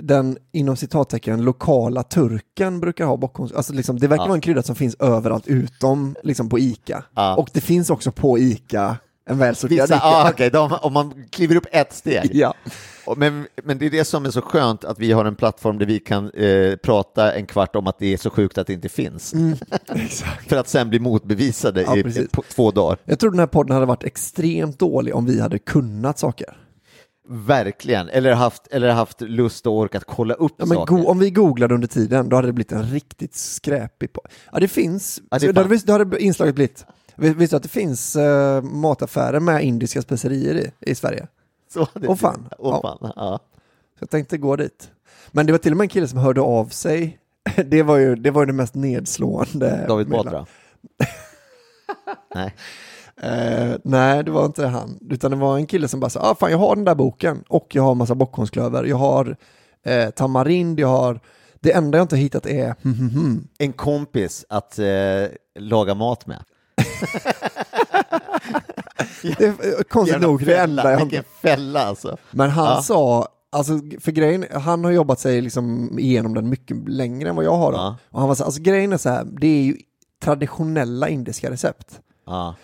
[SPEAKER 1] den inom citattecken lokala turken brukar ha bockhorns. Alltså, liksom, det verkar
[SPEAKER 2] Ja.
[SPEAKER 1] vara en krydda som finns överallt utom liksom, på ICA.
[SPEAKER 2] Ja.
[SPEAKER 1] Och det finns också på ICA, en
[SPEAKER 2] Vissa,
[SPEAKER 1] välsorterad ICA.
[SPEAKER 2] ah, okej, de, om man kliver upp ett steg.
[SPEAKER 1] *laughs* Ja.
[SPEAKER 2] Och Men, men det är det som är så skönt att vi har en plattform där vi kan eh, prata en kvart om att det är så sjukt att det inte finns. *laughs* För att sen bli motbevisade
[SPEAKER 1] Mm. Ja,
[SPEAKER 2] i,
[SPEAKER 1] precis.
[SPEAKER 2] på två dagar.
[SPEAKER 1] Jag tror den här podden hade varit extremt dålig om vi hade kunnat saker.
[SPEAKER 2] Verkligen. Eller haft, eller haft lust och orkat kolla upp
[SPEAKER 1] Ja, men
[SPEAKER 2] saker.
[SPEAKER 1] go- om vi googlade under tiden, då hade det blivit en riktigt skräpig på. Ja, det finns.
[SPEAKER 2] Ja, det
[SPEAKER 1] så
[SPEAKER 2] är
[SPEAKER 1] då,
[SPEAKER 2] fan-
[SPEAKER 1] hade, vi- då hade inslaget blivit... Vi- Visste du att det finns eh, mataffärer med indiska specerier i, i Sverige?
[SPEAKER 2] *laughs* Så hade-
[SPEAKER 1] Åh, fan.
[SPEAKER 2] Åh,
[SPEAKER 1] Ja.
[SPEAKER 2] fan. Ja.
[SPEAKER 1] Så jag tänkte gå dit. Men det var till och med en kille som hörde av sig. *laughs* Det var ju det, var ju det mest nedslående.
[SPEAKER 2] David
[SPEAKER 1] meddelandet.
[SPEAKER 2] Batra. *laughs* Nej.
[SPEAKER 1] Eh, nej, det var inte han. Utan det var en kille som bara sa, ah, fan jag har den där boken och jag har en massa bockholmsklöver. Jag har eh, tamarind, jag har... Det enda jag inte har hittat
[SPEAKER 2] *laughs*
[SPEAKER 1] är...
[SPEAKER 2] En kompis att eh, laga mat med.
[SPEAKER 1] Det är eh, konstigt
[SPEAKER 2] Jävla
[SPEAKER 1] nog det enda jag inte
[SPEAKER 2] Vilken fälla alltså.
[SPEAKER 1] Men han
[SPEAKER 2] Ja.
[SPEAKER 1] sa, alltså för grejen, han har jobbat sig liksom igenom den mycket längre än vad jag har. då.
[SPEAKER 2] Ja.
[SPEAKER 1] Och han var så, alltså grejen är så här, det är ju traditionella indiska recept.
[SPEAKER 2] Ja.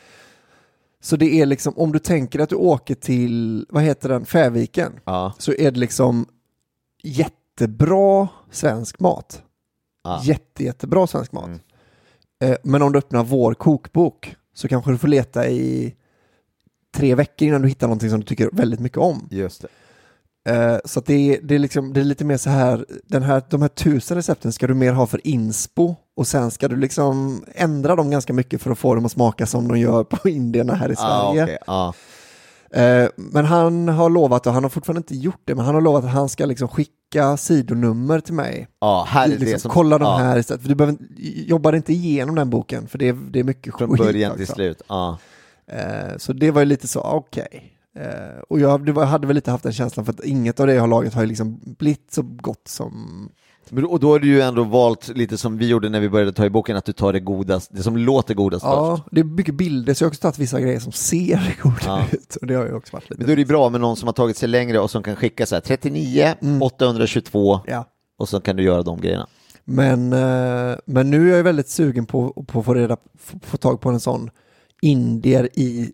[SPEAKER 1] Så det är liksom, om du tänker att du åker till, vad heter den, Fäviken,
[SPEAKER 2] Ja.
[SPEAKER 1] så är det liksom jättebra svensk mat.
[SPEAKER 2] Ja.
[SPEAKER 1] Jätte, jättebra svensk mat.
[SPEAKER 2] Mm.
[SPEAKER 1] Eh, Men om du öppnar vår kokbok så kanske du får leta i tre veckor innan du hittar någonting som du tycker väldigt mycket om.
[SPEAKER 2] Just det.
[SPEAKER 1] Eh, så att det, är, det, är liksom, det är lite mer så här, den här, de här tusen recepten ska du mer ha för inspo och sen ska du liksom ändra dem ganska mycket för att få dem att smaka som de gör på indierna här i
[SPEAKER 2] Ja,
[SPEAKER 1] Sverige.
[SPEAKER 2] Ah, okej. Ja.
[SPEAKER 1] Eh, men han har lovat, och han har fortfarande inte gjort det, men han har lovat att han ska liksom skicka sidonummer till mig.
[SPEAKER 2] Ja, här är
[SPEAKER 1] liksom,
[SPEAKER 2] Ah, det som...
[SPEAKER 1] kolla de
[SPEAKER 2] ja,
[SPEAKER 1] här istället, för du behöver, inte- jobbar inte igenom den boken för det är, det är mycket
[SPEAKER 2] Från
[SPEAKER 1] skit
[SPEAKER 2] början till
[SPEAKER 1] också.
[SPEAKER 2] slut. Ja.
[SPEAKER 1] Eh, Så det var ju lite så, okej. Eh, Och jag det var, hade väl lite haft den känslan för att inget av det jag har lagat har ju liksom blivit så gott som...
[SPEAKER 2] Men- Och då har du ju ändå valt lite som vi gjorde när vi började ta i boken, att du tar det godast, det som låter godast
[SPEAKER 1] Ja,
[SPEAKER 2] först.
[SPEAKER 1] det är mycket bilder så jag har också tagit vissa grejer som ser *laughs* goda
[SPEAKER 2] Ja.
[SPEAKER 1] ut. Och det har ju också varit
[SPEAKER 2] Men
[SPEAKER 1] lite...
[SPEAKER 2] då är det ju bra med någon som har tagit sig längre och som kan skicka så här 39,
[SPEAKER 1] Mm.
[SPEAKER 2] 822
[SPEAKER 1] Ja.
[SPEAKER 2] och så kan du göra de grejerna.
[SPEAKER 1] Men, eh, men nu är jag ju väldigt sugen på, på att få, reda, få, få tag på en sån indier i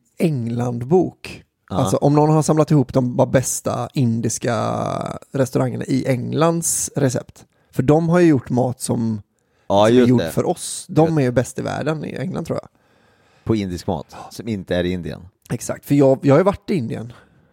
[SPEAKER 1] England-bok.
[SPEAKER 2] Ja.
[SPEAKER 1] Alltså om någon har samlat ihop de bara bästa indiska restaurangerna i Englands recept. För de har ju gjort mat som
[SPEAKER 2] Ja,
[SPEAKER 1] som är
[SPEAKER 2] just
[SPEAKER 1] gjord
[SPEAKER 2] det.
[SPEAKER 1] för oss. De är ju bäst i världen i England tror jag.
[SPEAKER 2] På indisk mat, som inte är i Indien.
[SPEAKER 1] Exakt, för jag, jag har ju varit i Indien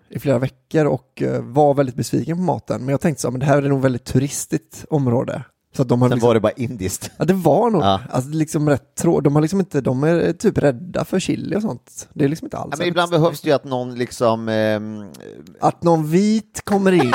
[SPEAKER 1] i flera veckor och eh, var väldigt besviken på maten. Men jag tänkte så, här, men det här är nog väldigt turistigt område. Så att de hade
[SPEAKER 2] Sen
[SPEAKER 1] liksom,
[SPEAKER 2] var det bara indiskt.
[SPEAKER 1] Ja, det var nog
[SPEAKER 2] Ja.
[SPEAKER 1] alltså, liksom rätt trå... De har liksom inte, de är typ rädda för chili och sånt. Det är liksom inte alls.
[SPEAKER 2] Ja, men ibland behövs det ju att någon liksom... ehm,
[SPEAKER 1] Att någon vit kommer in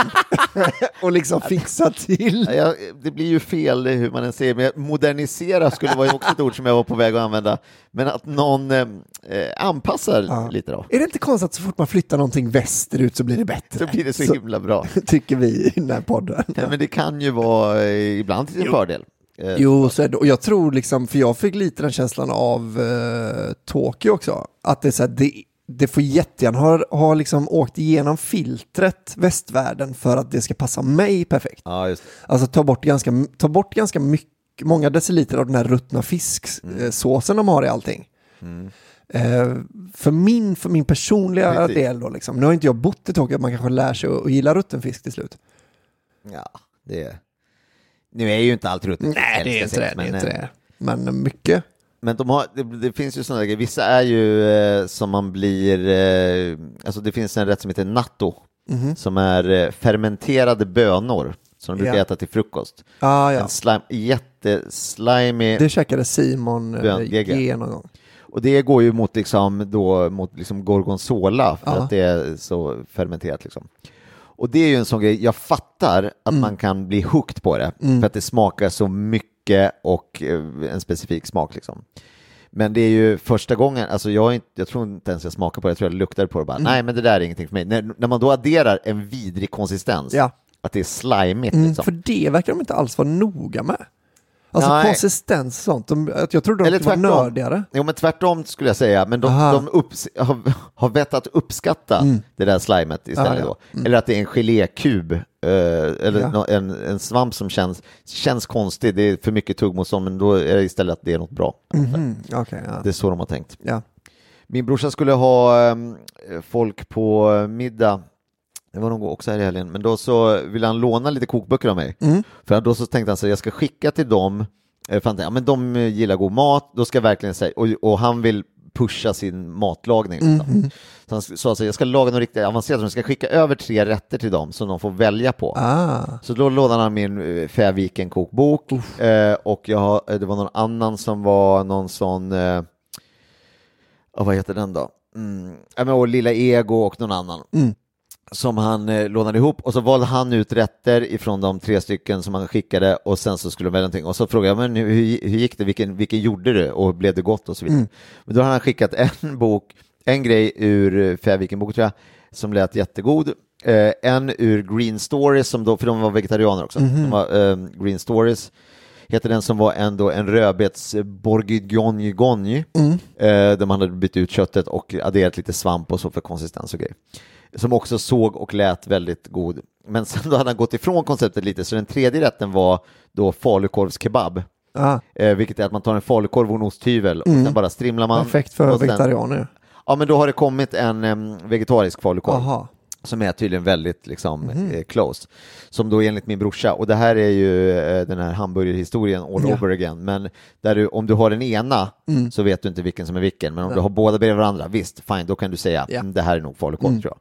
[SPEAKER 1] *laughs* och liksom fixar till.
[SPEAKER 2] ja, jag, det blir ju fel hur man än säger, men modernisera skulle vara ju också ett ord som jag var på väg att använda. Men att någon ehm, eh, anpassar
[SPEAKER 1] Ja.
[SPEAKER 2] lite då.
[SPEAKER 1] Är det inte konstigt att så fort man flyttar någonting västerut så blir det bättre?
[SPEAKER 2] Så blir det så
[SPEAKER 1] *laughs*
[SPEAKER 2] himla bra.
[SPEAKER 1] tycker vi i den här podden.
[SPEAKER 2] Ja, men det kan ju vara eh, ibland till sin fördel. Eh,
[SPEAKER 1] Jo, så är det. Och jag tror liksom, för jag fick lite den känslan av eh, Tokyo också, att det är så här, det, det får jättegärna ha, ha liksom åkt igenom filtret västvärlden för att det ska passa mig perfekt.
[SPEAKER 2] Ja, just det.
[SPEAKER 1] Alltså ta bort ganska, ta bort ganska mycket, många deciliter av den här ruttna fisksåsen de har i allting. Eh, för, min, för min personliga
[SPEAKER 2] Precis.
[SPEAKER 1] del då liksom, nu har inte jag bott i Tokyo, man kanske lär sig att, att gilla rutten fisk till slut.
[SPEAKER 2] Ja, det... Nu är ju inte allt ruttet. eh,
[SPEAKER 1] Nej, det är inte det. det, är inte det. Men mycket.
[SPEAKER 2] Men de har, det, det finns ju sådana grejer, vissa är ju eh, som man blir, eh, alltså det finns en rätt som heter natto,
[SPEAKER 1] Mhm.
[SPEAKER 2] som är eh, fermenterade bönor som de brukar
[SPEAKER 1] Ja.
[SPEAKER 2] äta till frukost.
[SPEAKER 1] Ah, ja.
[SPEAKER 2] En slime, jätteslimig,
[SPEAKER 1] Det käkade Simon eh,
[SPEAKER 2] Bön-
[SPEAKER 1] G någon gång.
[SPEAKER 2] och det går ju mot, liksom, då, mot liksom gorgonzola för
[SPEAKER 1] Ja.
[SPEAKER 2] att det är så fermenterat. Liksom. Och det är ju en sån grej, jag fattar att
[SPEAKER 1] Mm.
[SPEAKER 2] man kan bli hooked på det för att det smakar så mycket och eh, en specifik smak. Liksom. Men det är ju första gången, alltså jag, har inte, jag tror inte ens jag smakar på det, jag tror jag luktade på det och bara,
[SPEAKER 1] Mm.
[SPEAKER 2] nej men det där är ingenting för mig. När, när man då adderar en vidrig konsistens,
[SPEAKER 1] Ja.
[SPEAKER 2] att det är slimigt
[SPEAKER 1] Mm,
[SPEAKER 2] liksom.
[SPEAKER 1] För det verkar de inte alls vara noga med. Alltså
[SPEAKER 2] Nej.
[SPEAKER 1] konsistens och sånt. De, att jag trodde de skulle vara nördigare.
[SPEAKER 2] Jo, men tvärtom skulle jag säga, men de,
[SPEAKER 1] Aha. Mm.
[SPEAKER 2] de upps- har, har vett att uppskatta det där slimet istället.
[SPEAKER 1] Ah, ja.
[SPEAKER 2] då. Eller att det är en gelékub, eh, eller
[SPEAKER 1] Ja.
[SPEAKER 2] nå- en, en svamp som känns, känns konstig, det är för mycket tuggmotstånd, men då är det istället att det är något bra.
[SPEAKER 1] Mm, okej, ja.
[SPEAKER 2] Det är så de har tänkt.
[SPEAKER 1] Ja.
[SPEAKER 2] Min brorsa skulle ha eh, folk på eh, middag, det var nog också här i helgen, men då så ville han låna lite kokböcker av mig. För då så tänkte han så här, jag ska skicka till dem, eh, för han tänkte, ja, men de eh, gillar god mat, då ska jag verkligen säga, och, och han vill pusha sin matlagning. Liksom. Så han sa så här, jag ska laga något riktigt avancerat, så jag ska skicka över tre rätter till dem som de får välja på.
[SPEAKER 1] Ah,
[SPEAKER 2] Så då lånade han min eh, Fäviken kokbok eh, och jag, har- eh, det var någon annan som var någon sån, eh, ja, vad heter den då? Mm, ja, men, och Lilla Ego och någon annan. Som han eh, lånade ihop och så valde han ut rätter ifrån de tre stycken som han skickade och sen så skulle de välja någonting och så frågade jag men hur, hur gick det, vilken, vilken gjorde du och blev det gott och så vidare. Men då hade han skickat en *laughs* bok, en grej ur eh, Fäviken-boken tror jag, som lät jättegod. Eh, en ur Green Stories, som då, för de var vegetarianer också, de var, eh, Green Stories heter den som var ändå en rödbets eh, bourguignon gonji
[SPEAKER 1] Mm.
[SPEAKER 2] eh, där man hade bytt ut köttet och adderat lite svamp och så för konsistens och grejer. Som också såg och lät väldigt god. Men *laughs* sen då hade han gått ifrån konceptet lite, så den tredje rätten var då falukorvskebab.
[SPEAKER 1] ah,
[SPEAKER 2] Eh, vilket är att man tar en falukorv och en osthyvel och sen bara strimlar man.
[SPEAKER 1] Mm. perfekt för
[SPEAKER 2] och sen-
[SPEAKER 1] vegetarianer.
[SPEAKER 2] Ja, men då har det kommit en em, vegetarisk falukorv
[SPEAKER 1] Aha.
[SPEAKER 2] som är tydligen väldigt liksom,
[SPEAKER 1] Mhm.
[SPEAKER 2] eh, close. Som då enligt min brorsa, och det här är ju eh, den här hamburgerhistorien all
[SPEAKER 1] Ja. Mm.
[SPEAKER 2] over again, men där du, om du har den ena så vet du inte vilken som är vilken, men om du har båda bredvid varandra, visst, fine, då kan du säga
[SPEAKER 1] Ja.
[SPEAKER 2] "Mm, det här är nog falukorv tror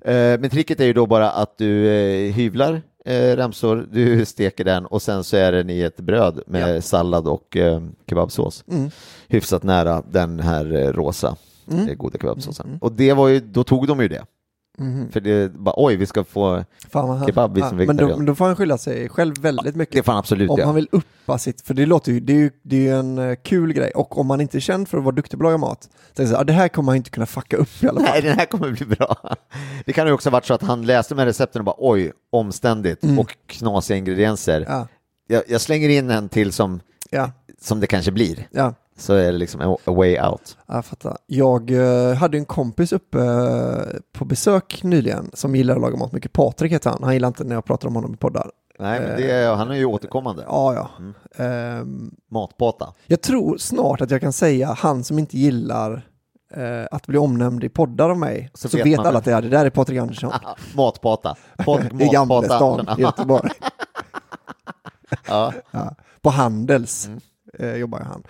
[SPEAKER 2] jag. Eh, Men tricket är ju då bara att du eh, hyvlar eh, ramsor, du *laughs* steker den och sen så är den i ett bröd med sallad och eh, kebabsås.
[SPEAKER 1] Mm.
[SPEAKER 2] Hyfsat nära den här eh, rosa eh, goda kebabsåsen.
[SPEAKER 1] Mm,
[SPEAKER 2] Och det var ju, då tog de ju det. För det bara, oj, vi ska få...
[SPEAKER 1] Fan vad han,
[SPEAKER 2] Kebab är som
[SPEAKER 1] ah, men,
[SPEAKER 2] vegetarian.
[SPEAKER 1] då, men då får han skylla sig själv väldigt mycket.
[SPEAKER 2] Det får han absolut
[SPEAKER 1] Om
[SPEAKER 2] göra.
[SPEAKER 1] han vill uppa sitt, för det låter ju, det är ju, det är ju en eh, kul grej. Och om man inte är känd för att vara duktig på att laga mat, så tänker jag så här, ah, det här kommer han inte kunna fucka upp i alla fall.
[SPEAKER 2] *laughs* Nej, den här kommer bli bra. Det kan ju också ha varit så att han läste med recepten och bara, oj, omständigt och knasiga ingredienser.
[SPEAKER 1] Mm. Ja.
[SPEAKER 2] Jag, jag slänger in en till som,
[SPEAKER 1] Ja,
[SPEAKER 2] som det kanske blir.
[SPEAKER 1] ja.
[SPEAKER 2] Så är det liksom a- a way out.
[SPEAKER 1] Ja, Jag fattar. Jag eh, hade en kompis uppe eh, på besök nyligen som gillar att laga mat mycket. Patrik heter han. Han gillar inte när jag pratar om honom i poddar.
[SPEAKER 2] Nej, men det är, han är ju återkommande.
[SPEAKER 1] Ja, ja. Ehm,
[SPEAKER 2] Matpata.
[SPEAKER 1] jag tror snart att jag kan säga han som inte gillar eh, att bli omnämnd i poddar av mig. Så,
[SPEAKER 2] Så
[SPEAKER 1] vet,
[SPEAKER 2] vet man
[SPEAKER 1] alla
[SPEAKER 2] väl.
[SPEAKER 1] att det är, det där är Patrik *laughs* Andersson.
[SPEAKER 2] Ah, Matpata. Pod,
[SPEAKER 1] *laughs* I Gamlestan
[SPEAKER 2] matpata.
[SPEAKER 1] i Göteborg.
[SPEAKER 2] Ja.
[SPEAKER 1] Ja, på Handels eh, jobbar ju han.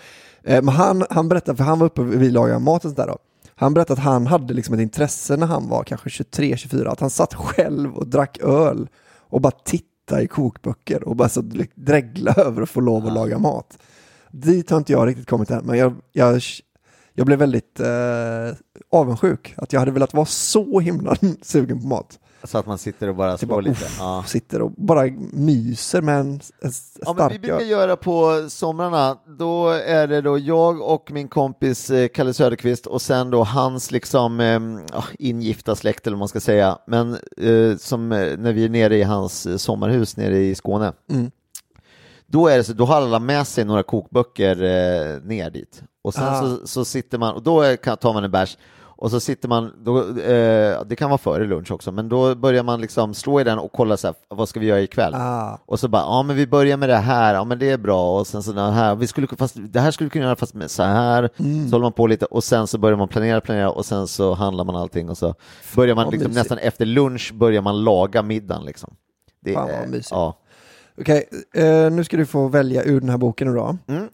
[SPEAKER 1] Eh, men han, han berättade, för han var uppe och vi lagade mat och sådär då. Han berättade att han hade liksom ett intresse när han var kanske 23-24, att han satt själv och drack öl och bara tittade titta i kokböcker och bara så like, dregla *laughs* över och få lov att laga mat. Dit har inte jag riktigt kommit än, men jag, jag, jag blev väldigt eh, avundsjuk. Att jag hade velat vara så himla *laughs* sugen på mat.
[SPEAKER 2] Så att man sitter och bara
[SPEAKER 1] Typ
[SPEAKER 2] slår
[SPEAKER 1] bara,
[SPEAKER 2] lite.
[SPEAKER 1] uff,
[SPEAKER 2] Ja.
[SPEAKER 1] Sitter och bara myser med en, en
[SPEAKER 2] Ja, men vi
[SPEAKER 1] stark
[SPEAKER 2] brukar
[SPEAKER 1] öl.
[SPEAKER 2] göra på somrarna, då är det då jag och min kompis eh, Kalle Söderqvist och sen då hans liksom eh, ja, ingifta släkt eller vad man ska säga, men eh, som eh, när vi är nere i hans eh, sommarhus nere i Skåne.
[SPEAKER 1] Mm.
[SPEAKER 2] Då, är det så, då har alla med sig några kokböcker eh, ner dit och sen
[SPEAKER 1] Ah.
[SPEAKER 2] så, så sitter man, och då är- kan- tar man en bärs och så sitter man, då, eh, det kan vara före lunch också, men då börjar man liksom slå i den och kolla så här, vad ska vi göra ikväll?
[SPEAKER 1] Ah.
[SPEAKER 2] Och så bara, ja men vi börjar med det här, ja men det är bra, och sen sådana här, vi skulle, fast, det här skulle vi kunna göra fast med så här,
[SPEAKER 1] Mm.
[SPEAKER 2] så håller man på lite, och sen så börjar man planera, planera, och sen så handlar man allting, och så börjar man
[SPEAKER 1] vad
[SPEAKER 2] liksom,
[SPEAKER 1] mysigt.
[SPEAKER 2] nästan efter lunch börjar man laga middagen liksom. Det
[SPEAKER 1] Fan, vad
[SPEAKER 2] är-
[SPEAKER 1] mysigt.
[SPEAKER 2] Ja.
[SPEAKER 1] Okej, eh, nu ska du få välja ur den här boken idag.
[SPEAKER 2] Mm.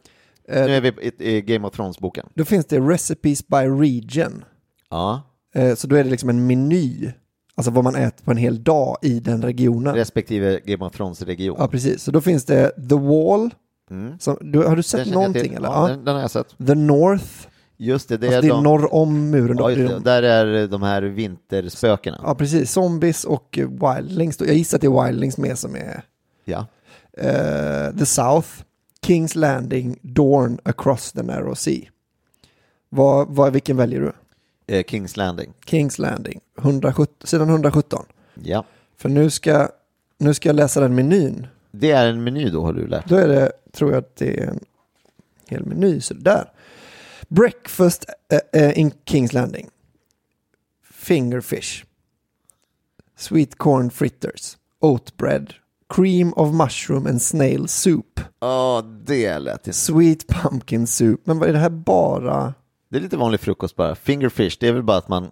[SPEAKER 1] Eh,
[SPEAKER 2] Nu är vi i, i Game of Thrones-boken.
[SPEAKER 1] Då finns det Recipes by Region.
[SPEAKER 2] Ja.
[SPEAKER 1] Eh, så då är det liksom en meny, alltså vad man äter på en hel dag i den regionen.
[SPEAKER 2] Respektive Game of Thrones-region.
[SPEAKER 1] Ja, precis. Så då finns det The Wall.
[SPEAKER 2] Mm.
[SPEAKER 1] Som, du, har du
[SPEAKER 2] Den
[SPEAKER 1] sett
[SPEAKER 2] känner jag
[SPEAKER 1] någonting?
[SPEAKER 2] till.
[SPEAKER 1] Eller? Ja.
[SPEAKER 2] Ja, Den, den har jag sett.
[SPEAKER 1] The North.
[SPEAKER 2] Just det, det
[SPEAKER 1] Det är, alltså,
[SPEAKER 2] är,
[SPEAKER 1] det är
[SPEAKER 2] de,
[SPEAKER 1] norr om muren.
[SPEAKER 2] ja,
[SPEAKER 1] då.
[SPEAKER 2] just det. Där är de här vinterspökena.
[SPEAKER 1] ja, precis. Zombies och eh, Wildlings. då. Jag gissar att det är Wildlings med som är
[SPEAKER 2] Ja.
[SPEAKER 1] eh, The South, King's Landing, Dorn, Across the Narrow Sea. Vad, vad, vilken väljer du?
[SPEAKER 2] Eh, King's Landing.
[SPEAKER 1] King's Landing, 117, sidan 117.
[SPEAKER 2] Ja.
[SPEAKER 1] För nu ska, nu ska jag läsa den menyn.
[SPEAKER 2] Det är en meny då har du lärt
[SPEAKER 1] Då är det, tror jag att det är en hel meny. Så där. Breakfast eh, eh, in King's Landing. Fingerfish. Sweet corn fritters. Oat bread. Cream of mushroom and snail soup.
[SPEAKER 2] Ja, det lät inte.
[SPEAKER 1] Sweet pumpkin soup. Men vad är det här bara?
[SPEAKER 2] Det är lite vanlig frukost bara. Fingerfish, det är väl bara att man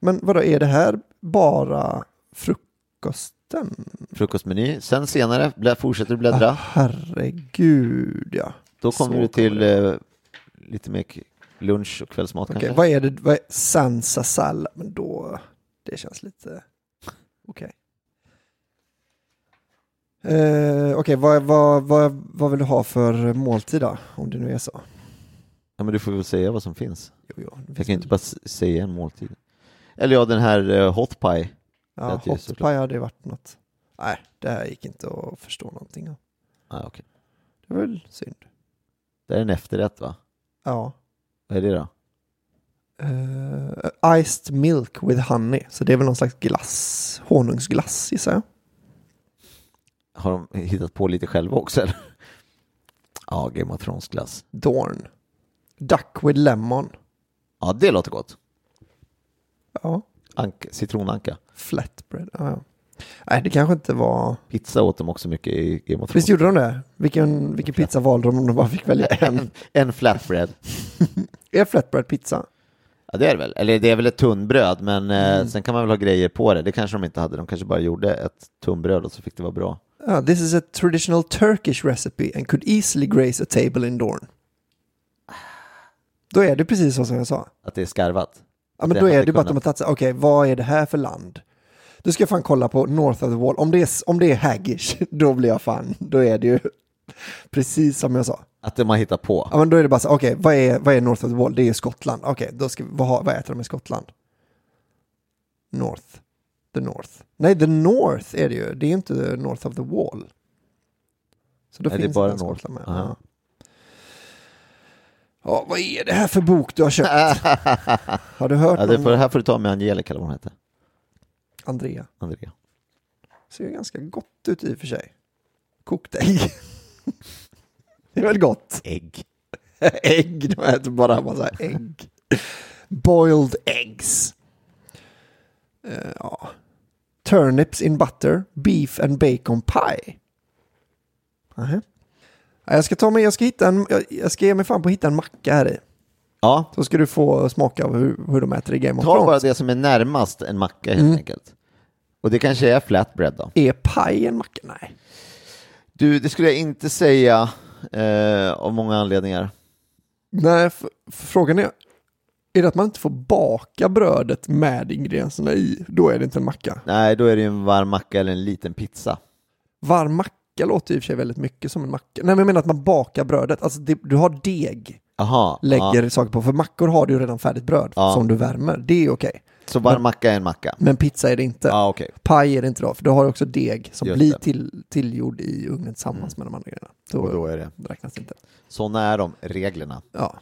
[SPEAKER 1] Men vadå, är det här bara frukosten?
[SPEAKER 2] frukostmeny. Sen senare blä, fortsätter du bläddra.
[SPEAKER 1] Ah, herregud ja.
[SPEAKER 2] Då
[SPEAKER 1] så
[SPEAKER 2] kommer du till eh, lite mer k- lunch och kvällsmat
[SPEAKER 1] Okej,
[SPEAKER 2] kanske.
[SPEAKER 1] vad är det? Vad är Sansa Salla? Men då, det känns lite... Okej. Eh, Okej, vad, vad, vad, vad vill du ha för måltid då? Om det nu är så.
[SPEAKER 2] Ja, men du får väl säga vad som finns.
[SPEAKER 1] Jo, jo, det
[SPEAKER 2] Jag
[SPEAKER 1] finns
[SPEAKER 2] kan ju inte bara s- säga en måltid. Eller ja, den här eh, hot pie.
[SPEAKER 1] väl-
[SPEAKER 2] att det
[SPEAKER 1] ja,
[SPEAKER 2] är
[SPEAKER 1] hot
[SPEAKER 2] såklart.
[SPEAKER 1] pie hade ju varit något. Nej, det här gick inte att förstå någonting av.
[SPEAKER 2] Ah, okay.
[SPEAKER 1] Det var väl synd.
[SPEAKER 2] Det är en efterrätt va?
[SPEAKER 1] Ja.
[SPEAKER 2] Vad är det då?
[SPEAKER 1] Eh, iced milk with honey. Så det är väl någon slags glass. Honungsglass gissar jag.
[SPEAKER 2] Har de hittat på lite själva också eller? Ja, Game of Thrones-glass.
[SPEAKER 1] Dorn. Duck with lemon.
[SPEAKER 2] Ja, det låter gott.
[SPEAKER 1] Ja.
[SPEAKER 2] Anka, citronanka.
[SPEAKER 1] Flatbread, ja. ja. Nej, det kanske inte var...
[SPEAKER 2] Pizza åt dem också mycket i Game of Thrones.
[SPEAKER 1] Visst gjorde de det? Vilken, vilken pizza valde de om de bara fick välja en?
[SPEAKER 2] en, en flatbread.
[SPEAKER 1] Är flatbread pizza?
[SPEAKER 2] Ja det är det väl, eller det är väl ett tunnbröd men eh,
[SPEAKER 1] Mm.
[SPEAKER 2] sen kan man väl ha grejer på det, det kanske de inte hade, de kanske bara gjorde ett tunnbröd och så fick det vara bra.
[SPEAKER 1] Ja, this is a traditional Turkish recipe and could easily grace a table in Dorn. Då är det precis så som jag sa.
[SPEAKER 2] Att det är skarvat.
[SPEAKER 1] Ja, men
[SPEAKER 2] Det
[SPEAKER 1] då
[SPEAKER 2] hade
[SPEAKER 1] är det bara att de har
[SPEAKER 2] kunnat-
[SPEAKER 1] tagit sig, okej, vad är det här för land? Då ska jag fan kolla på North of the Wall. Om det är, om det är haggish, *laughs* då blir jag fan, då är det ju *laughs* precis som jag sa.
[SPEAKER 2] Att de har hittat på.
[SPEAKER 1] Ja, men då är det bara så, okej, vad, är, vad är North of the Wall? Det är ju Skottland. Okej, då ska vi, vad, har- vad äter de i Skottland? North. The North. Nej, The North är det ju. Det är inte North of the Wall. Så då
[SPEAKER 2] Nej, det är
[SPEAKER 1] finns
[SPEAKER 2] bara
[SPEAKER 1] inte ens
[SPEAKER 2] North.
[SPEAKER 1] Skottland med.
[SPEAKER 2] Aha.
[SPEAKER 1] Ja. ja, vad är det här för bok du har
[SPEAKER 2] *laughs*
[SPEAKER 1] köpt? har du hört
[SPEAKER 2] Ja, det,
[SPEAKER 1] någon?
[SPEAKER 2] får, det här får du ta med Angelica eller vad hon heter,
[SPEAKER 1] Andrea.
[SPEAKER 2] Andrea.
[SPEAKER 1] Ser ju ganska gott ut i och för sig. Kokt ägg. *laughs* det är väl gott?
[SPEAKER 2] Ägg.
[SPEAKER 1] ägg. De äter bara en massa ägg. Boiled eggs. Eh, ja. Turnips in butter, beef and bacon pie. Nähä. Ja, Jag ska, ta mig, jag, ska hitta en, jag- jag ska ge mig fan på att hitta en macka här i.
[SPEAKER 2] Ja,
[SPEAKER 1] Så ska du få smaka av hur, hur de äter i Game of
[SPEAKER 2] ta bara
[SPEAKER 1] Thrones.
[SPEAKER 2] det som är närmast en macka
[SPEAKER 1] Mm.
[SPEAKER 2] helt enkelt. Och det kanske är flatbread då.
[SPEAKER 1] Är paj en macka? Nej.
[SPEAKER 2] Du, det skulle jag inte säga eh, av många anledningar.
[SPEAKER 1] Nej, för, för frågan är, är det att man inte får baka brödet med ingredienserna i? Då är det inte en macka.
[SPEAKER 2] Nej, då är det ju en varm macka eller en liten pizza.
[SPEAKER 1] Varm macka låter ju i och för sig väldigt mycket som en macka. Nej, men jag menar att man bakar brödet. Alltså, det, du har deg,
[SPEAKER 2] Aha,
[SPEAKER 1] lägger
[SPEAKER 2] ja.
[SPEAKER 1] saker på. För mackor har du ju redan färdigt bröd
[SPEAKER 2] Ja.
[SPEAKER 1] som du värmer. Det är okej.
[SPEAKER 2] Så varm macka är en macka?
[SPEAKER 1] Men pizza är det inte.
[SPEAKER 2] Ja, okej.
[SPEAKER 1] Paj är det inte då, för du har ju också deg som
[SPEAKER 2] Just
[SPEAKER 1] blir
[SPEAKER 2] det. Mm.
[SPEAKER 1] till, tillgjord i ugnen tillsammans med de andra grejerna.
[SPEAKER 2] Och
[SPEAKER 1] Då
[SPEAKER 2] då är det.
[SPEAKER 1] räknas det inte.
[SPEAKER 2] Sådana är de reglerna.
[SPEAKER 1] Ja,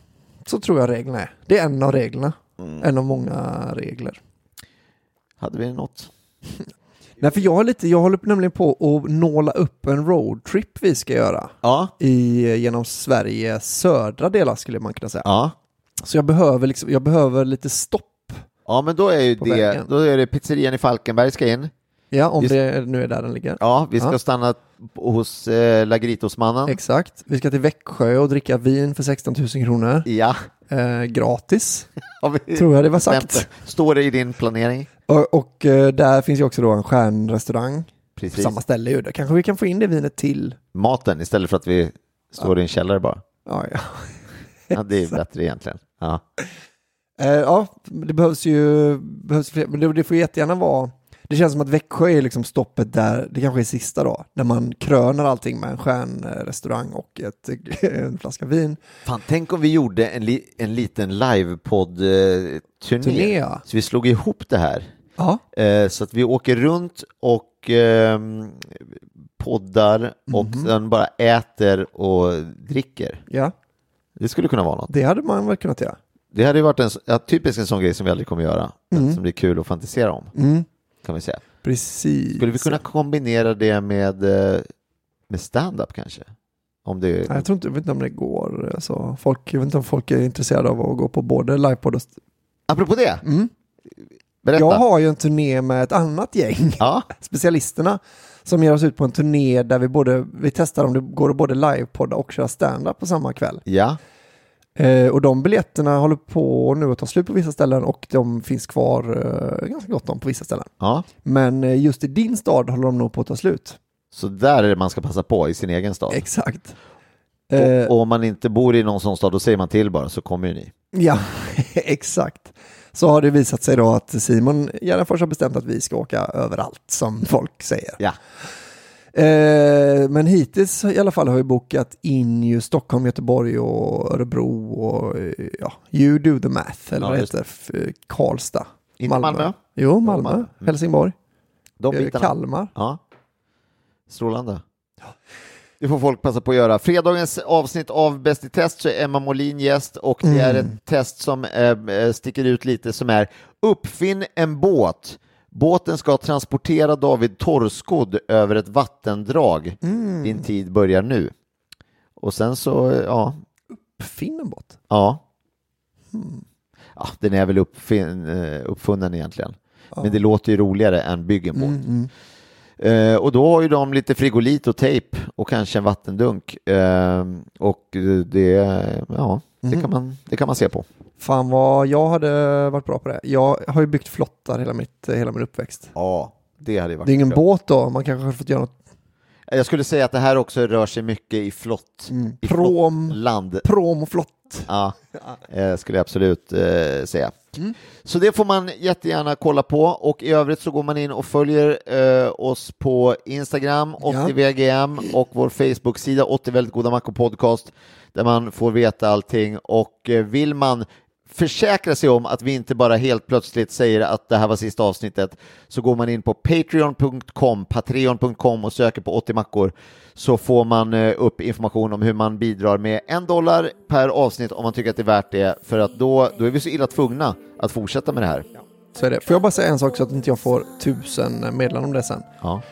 [SPEAKER 1] så tror jag reglerna är. Det är en av reglerna.
[SPEAKER 2] Mm.
[SPEAKER 1] En av många regler.
[SPEAKER 2] Hade vi något?
[SPEAKER 1] Nej, för jag, är lite, jag håller nämligen på att nåla upp en roadtrip vi ska göra.
[SPEAKER 2] Ja.
[SPEAKER 1] I, genom Sveriges södra delar skulle man kunna säga.
[SPEAKER 2] Ja.
[SPEAKER 1] Så jag behöver, liksom, jag behöver lite stopp.
[SPEAKER 2] Ja, men då är ju
[SPEAKER 1] På
[SPEAKER 2] det,
[SPEAKER 1] vägen.
[SPEAKER 2] då är det pizzerian i Falkenberg ska in.
[SPEAKER 1] Ja, om
[SPEAKER 2] Just-
[SPEAKER 1] det nu är där den ligger.
[SPEAKER 2] Ja, vi ska
[SPEAKER 1] Ja.
[SPEAKER 2] stanna hos eh, Lagritosmannen.
[SPEAKER 1] Exakt. Vi ska till Växjö och dricka vin för 16 000 kronor.
[SPEAKER 2] ja.
[SPEAKER 1] Eh, gratis.
[SPEAKER 2] Har vi
[SPEAKER 1] Tror jag det var
[SPEAKER 2] bestämt
[SPEAKER 1] sagt.
[SPEAKER 2] det? Står det i din planering?
[SPEAKER 1] Och, och eh, där finns ju också då en stjärnrestaurang. På
[SPEAKER 2] Precis.
[SPEAKER 1] samma ställe ju. Där Kanske vi kan få in det vinet till.
[SPEAKER 2] Maten istället för att vi står i en källare bara.
[SPEAKER 1] Ja, ja.
[SPEAKER 2] Ja, det är ju bättre egentligen. Ja.
[SPEAKER 1] Eh, ja, det behövs ju, behövs fler, men det, det får jättegärna vara, det känns som att Växjö är liksom stoppet där, det kanske är sista då, där man krönar allting med en stjärnrestaurang och ett, *laughs* en flaska vin.
[SPEAKER 2] Fan, tänk om vi gjorde en, li- en liten
[SPEAKER 1] Turné,
[SPEAKER 2] livepodd-turné.
[SPEAKER 1] ja.
[SPEAKER 2] Så vi slog ihop det här.
[SPEAKER 1] Ja,
[SPEAKER 2] Eh, så att vi åker runt och ehm, poddar och sen bara äter och dricker.
[SPEAKER 1] ja
[SPEAKER 2] Det skulle kunna vara något.
[SPEAKER 1] det hade man väl kunnat göra.
[SPEAKER 2] Det hade ju varit en, så- ja, typiskt en sån grej som vi aldrig kommer göra, men som det är kul att fantisera om. Kan vi säga.
[SPEAKER 1] Mm, Precis.
[SPEAKER 2] Skulle vi kunna kombinera det med, eh, med stand-up kanske? Om det
[SPEAKER 1] Nej, jag tror inte, jag vet inte om det går, alltså, folk, jag vet inte om folk är intresserade av att gå på både livepodd och... st-
[SPEAKER 2] Apropå det,
[SPEAKER 1] Mm.
[SPEAKER 2] berätta.
[SPEAKER 1] Jag har ju en turné med ett annat gäng.
[SPEAKER 2] Ja,
[SPEAKER 1] specialisterna som ger oss ut på en turné där vi, både, vi testar om det går att både livepodda och köra stand-up på samma kväll.
[SPEAKER 2] ja.
[SPEAKER 1] Eh, och de biljetterna håller på nu att ta slut på vissa ställen och de finns kvar eh, ganska gott om på vissa ställen.
[SPEAKER 2] ja.
[SPEAKER 1] Men eh, just i din stad håller de nog på att ta slut.
[SPEAKER 2] Så där är det man ska passa på i sin egen stad.
[SPEAKER 1] Exakt. Eh,
[SPEAKER 2] Och, och om man inte bor i någon sån stad, då säger man till bara så kommer ju ni.
[SPEAKER 1] Ja, *laughs* exakt. Så har det visat sig då att Simon Gärdenfors har bestämt att vi ska åka överallt som folk säger.
[SPEAKER 2] Ja,
[SPEAKER 1] Eh, men hittills i alla fall har vi bokat in ju Stockholm, Göteborg och Örebro och eh, ja, you do the math, eller
[SPEAKER 2] Ja,
[SPEAKER 1] vad
[SPEAKER 2] just
[SPEAKER 1] heter det? F- eh, Karlstad.
[SPEAKER 2] Inte Malmö?
[SPEAKER 1] Jo, Malmö.
[SPEAKER 2] Malmö. Mm.
[SPEAKER 1] Helsingborg.
[SPEAKER 2] de
[SPEAKER 1] eh,
[SPEAKER 2] bitarna.
[SPEAKER 1] Kalmar.
[SPEAKER 2] Ja. Strålande. Det får folk passa på att göra. Fredagens avsnitt av Bäst i test så är Emma Molin gäst och det är ett test som eh, sticker ut lite som är Uppfinn en båt. Båten ska transportera David Torrskodd över ett vattendrag. Din tid börjar nu. Och sen så, eh, ja,
[SPEAKER 1] Finnenbott.
[SPEAKER 2] Ja. Hmm. ja den är väl uppfin, eh, uppfunnen egentligen. Men det låter ju roligare än bygg en båt.
[SPEAKER 1] Mm,
[SPEAKER 2] Eh, och då har ju de lite frigolit och tejp och kanske en vattendunk. Eh, och eh, det, ja,
[SPEAKER 1] Mm.
[SPEAKER 2] det, kan man, det kan man se på.
[SPEAKER 1] Fan vad jag hade varit bra på det. Jag har ju byggt flottar hela, mitt, eh, hela min uppväxt.
[SPEAKER 2] Ja, det hade ju varit
[SPEAKER 1] Det är ingen
[SPEAKER 2] kul.
[SPEAKER 1] båt då, man kanske hade fått göra något
[SPEAKER 2] Jag skulle säga att det här också rör sig mycket i flott. I
[SPEAKER 1] Mm. Prom.
[SPEAKER 2] flottland.
[SPEAKER 1] prom och flott.
[SPEAKER 2] Ja, eh, skulle jag absolut eh, säga. Så det får man jättegärna kolla på och i övrigt så går man in och följer eh, oss på Instagram, 80VGM och vår Facebook-sida 80 väldigt goda mackor podcast där man får veta allting och eh, vill man försäkra sig om att vi inte bara helt plötsligt säger att det här var sista avsnittet så går man in på patreon.com, patreon.com och söker på 80 mackor så får man eh, upp information om hur man bidrar med en dollar per avsnitt om man tycker att det är värt det för att då, då är vi så illa tvungna att fortsätta med det här.
[SPEAKER 1] Så är det. Får jag bara säga en sak så att inte jag får tusen meddelanden om det sen.
[SPEAKER 2] Ja.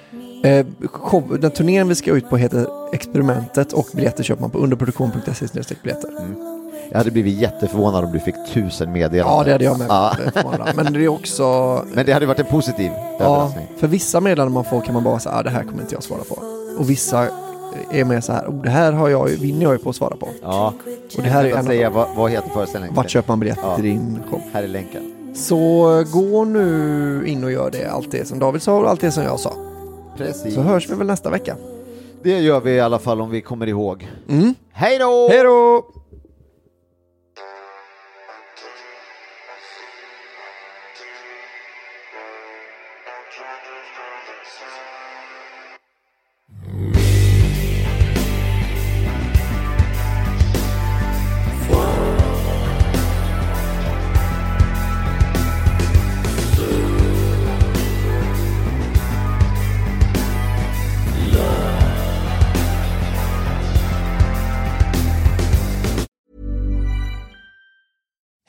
[SPEAKER 1] Eh, show, den turnén vi ska ut på heter Experimentet och biljetter köper man på underproduktion.se biljetter.
[SPEAKER 2] Jag hade blivit jätteförvånad om du fick tusen meddelanden.
[SPEAKER 1] Ja, det hade jag med.
[SPEAKER 2] Ja.
[SPEAKER 1] Det får man göra. Men det är också...
[SPEAKER 2] *laughs* Men det hade varit en positiv
[SPEAKER 1] Ja,
[SPEAKER 2] överraskning.
[SPEAKER 1] för vissa meddelanden man får kan man bara säga ah, det här kommer inte jag svara på. Och vissa är mer så här, oh, det här har jag, ju- vinner jag ju på att svara på.
[SPEAKER 2] Ja.
[SPEAKER 1] Och det här är
[SPEAKER 2] Att
[SPEAKER 1] en
[SPEAKER 2] säga,
[SPEAKER 1] av
[SPEAKER 2] vad, vad heter föreställningen?
[SPEAKER 1] Vart köper man biljetter
[SPEAKER 2] Ja.
[SPEAKER 1] till din show?
[SPEAKER 2] Här är länken.
[SPEAKER 1] Så eh, gå nu in och gör det, allt det som David sa och allt det som jag sa.
[SPEAKER 2] Precis.
[SPEAKER 1] Så hörs vi väl nästa vecka.
[SPEAKER 2] Det gör vi i alla fall om vi kommer ihåg. Hej då!
[SPEAKER 1] Hej då!